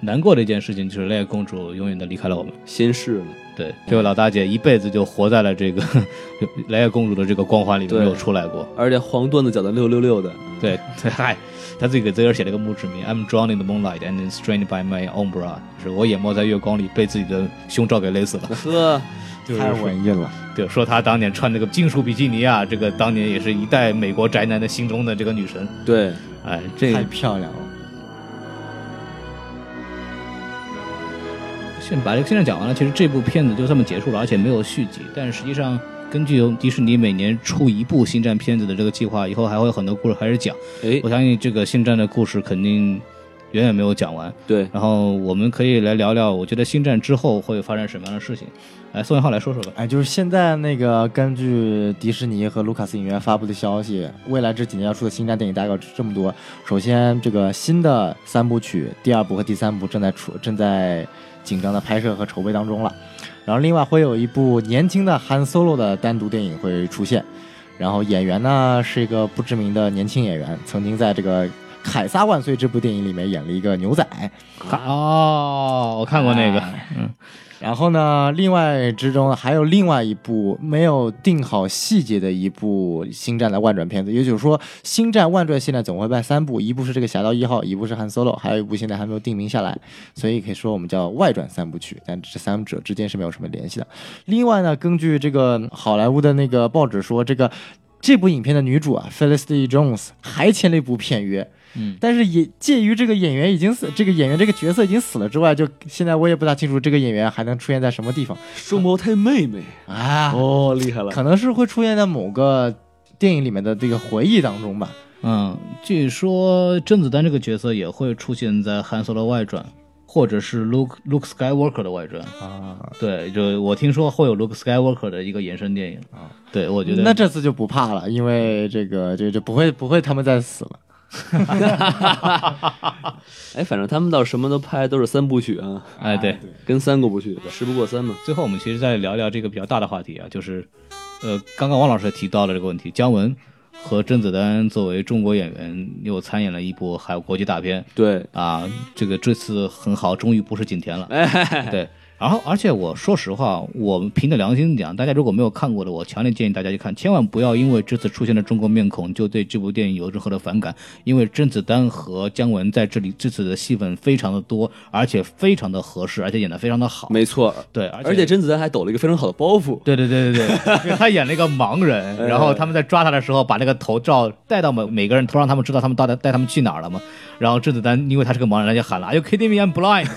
难过的一件事情，就是莱娅公主永远的离开了我们。
先试了，
对，这位老大姐一辈子就活在了这个 莱娅公主的这个光环里，
对
没有出来过。
而且黄段子讲的六六六的，
对， 嗨，她自己给自个儿写了一个墓志铭：“I'm drowned in the moonlight and strained by my own blood。”就是我淹没在月光里，被自己的胸罩给勒死了。
呵，
就是
太
说
文艺了，
对，说她当年穿那个金属比基尼啊，这个当年也是一代美国宅男的心中的这个女神。
对，
哎，这
太漂亮了。
现把这个现在讲完了，其实这部片子就这么结束了，而且没有续集。但实际上，根据迪士尼每年出一部星战片子的这个计划，以后还会有很多故事还是讲。
哎
我，相信这个星战的故事肯定远远没有讲完。
对，
然后我们可以来聊聊，我觉得星战之后会发生什么样的事情。来，宋元浩来说说吧。
哎，就是现在那个根据迪士尼和卢卡斯影业发布的消息，未来这几年要出的星战电影大概有这么多。首先，这个新的三部曲，第二部和第三部正在出，正在紧张的拍摄和筹备当中了。然后，另外会有一部年轻的 Han Solo 的单独电影会出现。然后演员呢是一个不知名的年轻演员，曾经在这个《凯撒万岁》这部电影里面演了一个牛仔。
哦，我看过那个，嗯，
然后呢，另外之中还有另外一部没有定好细节的一部《星战》的外传片子，也就是说，《星战外传》现在总共会办三部，一部是这个《侠盗一号》，一部是《Han Solo》，还有一部现在还没有定名下来，所以可以说我们叫外传三部曲，但这三者之间是没有什么联系的。另外呢，根据这个好莱坞的那个报纸说，这个这部影片的女主啊，Felicity Jones 还签了一部片约。
嗯，
但是也介于这个演员已经死，这个演员这个角色已经死了之外，就现在我也不大清楚这个演员还能出现在什么地方
双胞胎妹妹
啊，
哦，厉害了！
可能是会出现在某个电影里面的这个回忆当中吧。
嗯，据说甄子丹这个角色也会出现在《汉索罗外传》，或者是 Luke Luke Skywalker 的外传。
啊，
对，就我听说会有 Luke Skywalker 的一个延伸电影。
啊
对，我觉得
那这次就不怕了，因为这个这这不会不会他们再死了。
哎，反正他们倒是什么都拍，都是三部曲啊，
哎对。
跟三过不去，十不过三嘛。
最后我们其实再聊聊这个比较大的话题啊，就是，呃，刚刚王老师也提到了这个问题，姜文和甄子丹作为中国演员又参演了一部海国际大片
对，
啊，这个这次很好，终于不是景甜了，
哎，
对。然后，而且我说实话，我们凭着良心讲，大家如果没有看过的，我强烈建议大家去看，千万不要因为这次出现的中国面孔就对这部电影有任何的反感，因为甄子丹和姜文在这里这次的戏份非常的多，而且非常的合适，而且演得非常的好。
没错，
对，而且
而且甄子丹还抖了一个非常好的包袱。
对对对 对对，因为他演了一个盲
嗯
人，然后他们在抓他的时候，把那个头罩戴到每每个人头上，他们知道他们到底带他们去哪儿了吗？然后甄子丹因为他是个盲人，他就喊了：“Are you kidding me? I'm blind！”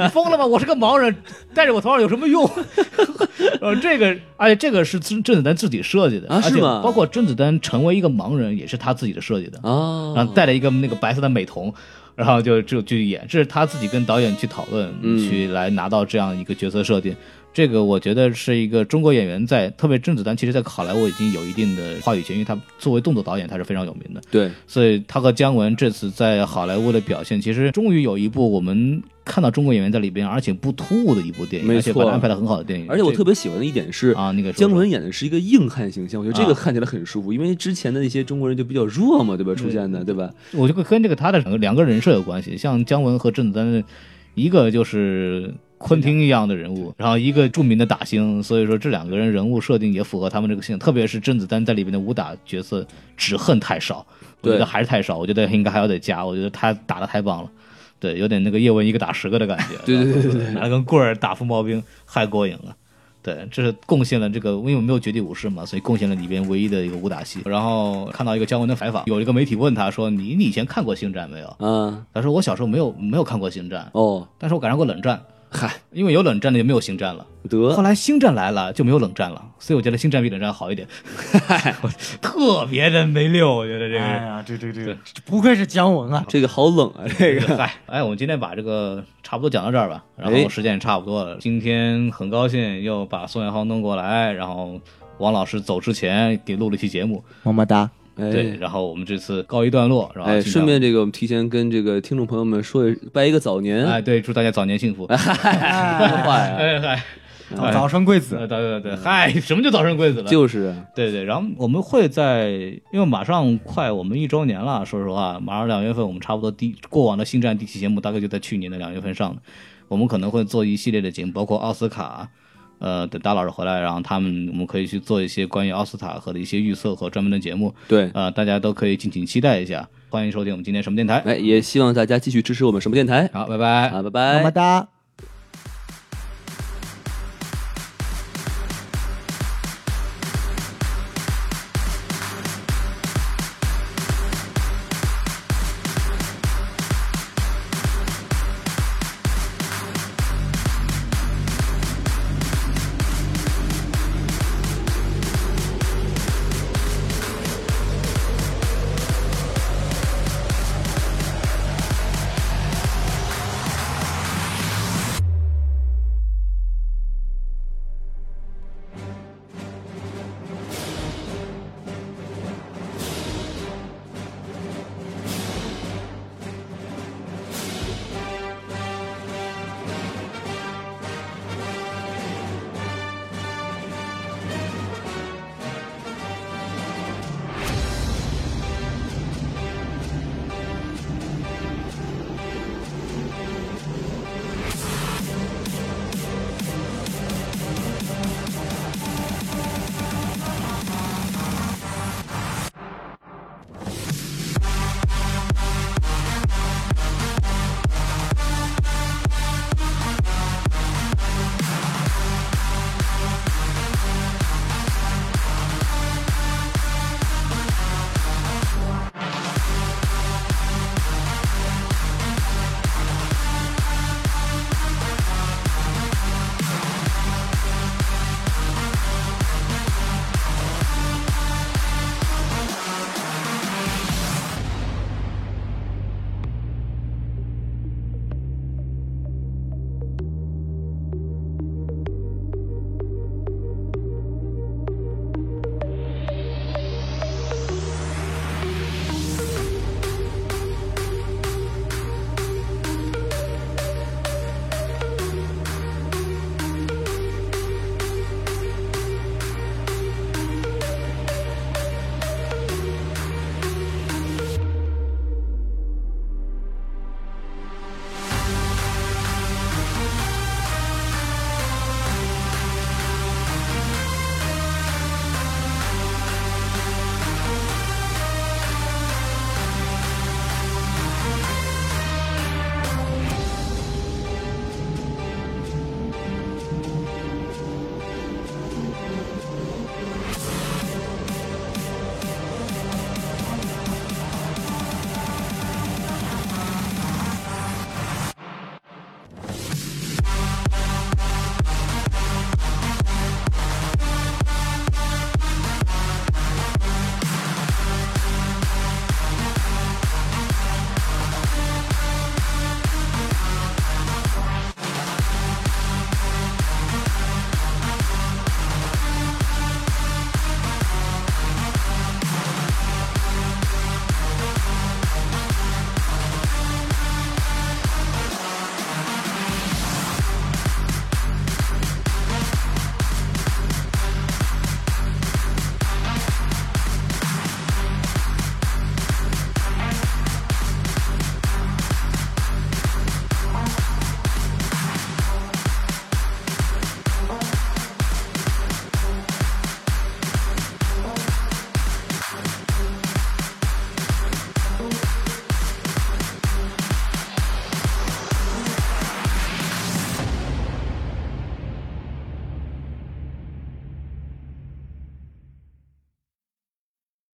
你疯了吗？我是个盲人，戴着我头上有什么用？ 呃，这个，而且这个是甄甄子丹自己设计的
啊
而且
是吗
包括甄子丹成为一个盲人也是他自己的设计的，
啊，
然后戴了一个那个白色的美瞳。然后就就就演，这是他自己跟导演去讨论，
嗯
去来拿到这样一个角色设定。这个我觉得是一个中国演员在，特别甄子丹，其实在好莱坞已经有一定的话语权，因为他作为动作导演，他是非常有名的。
对，
所以他和姜文这次在好莱坞的表现，其实终于有一部我们看到中国演员在里边，而且不突兀的一部电影，
没
而且把
错
它安排的很好的电影。
而且我
这
特别喜欢的一点是。
啊，那个
姜
说说
文演的是一个硬汉形象，我觉得这
啊
个看起来很舒服，因为之前的那些中国人就比较弱嘛，
嗯
对吧？出现的，对吧？
我就跟这个他的两个两个人设有关系，像姜文和甄子丹，一个就是昆汀一样的人物，然后一个著名的打星，所以说这两个人人物设定也符合他们这个性，特别是甄子丹在里面的武打角色只恨太少，我觉
对
得还是太少，我觉得应该还要得加，我觉得他打的太棒了。对，有点那个叶问一个打十个的感觉，
对对对对
对，拿根棍儿打风暴兵，太过瘾了。啊对，这是贡献了这个，因为我没有绝地武士嘛，所以贡献了里边唯一的一个武打戏。然后看到一个姜文的采访，有一个媒体问他说：“你你以前看过《星战》没有
啊，？”
他说：“我小时候没有没有看过《星战》，
哦，
但是我赶上过冷战，
嗨，
因为有冷战的就没有《星战》了。后
得，
来《星战》来了就没有冷战了，所以我觉得《星战》比冷战好一点， 特别的没溜，我觉得这个人。
哎呀，这这这不愧是姜文啊！
这个好冷啊，这个。
嗨，哎，我们今天把这个差不多讲到这儿吧，然后
哎
时间也差不多了。今天很高兴又把宋元浩弄过来，然后王老师走之前给录了一期节目，
么么哒。
对，
哎，
然后我们这次告一段落，然后
哎，
尽量
顺便这个我们提前跟这个听众朋友们说一拜一个早年，啊
哎，对，祝大家早年幸福。
哎话呀，
哎嗨，
早早生贵子
对，对对对，嗨，什么叫早生贵子了？
就是啊
对对，然后我们会在，因为马上快我们一周年了，说实话，马上两月份我们差不多第过往的星战第七节目大概就在去年的两月份上的，我们可能会做一系列的节目，包括奥斯卡，呃，等大老师回来，然后他们我们可以去做一些关于奥斯卡和的一些预测和专门的节目，
对，
呃，大家都可以敬请期待一下，欢迎收听我们今天什么电台，
哎，也希望大家继续支持我们什么电台
哎好，拜拜。
啊，拜
么
拜
么。哒。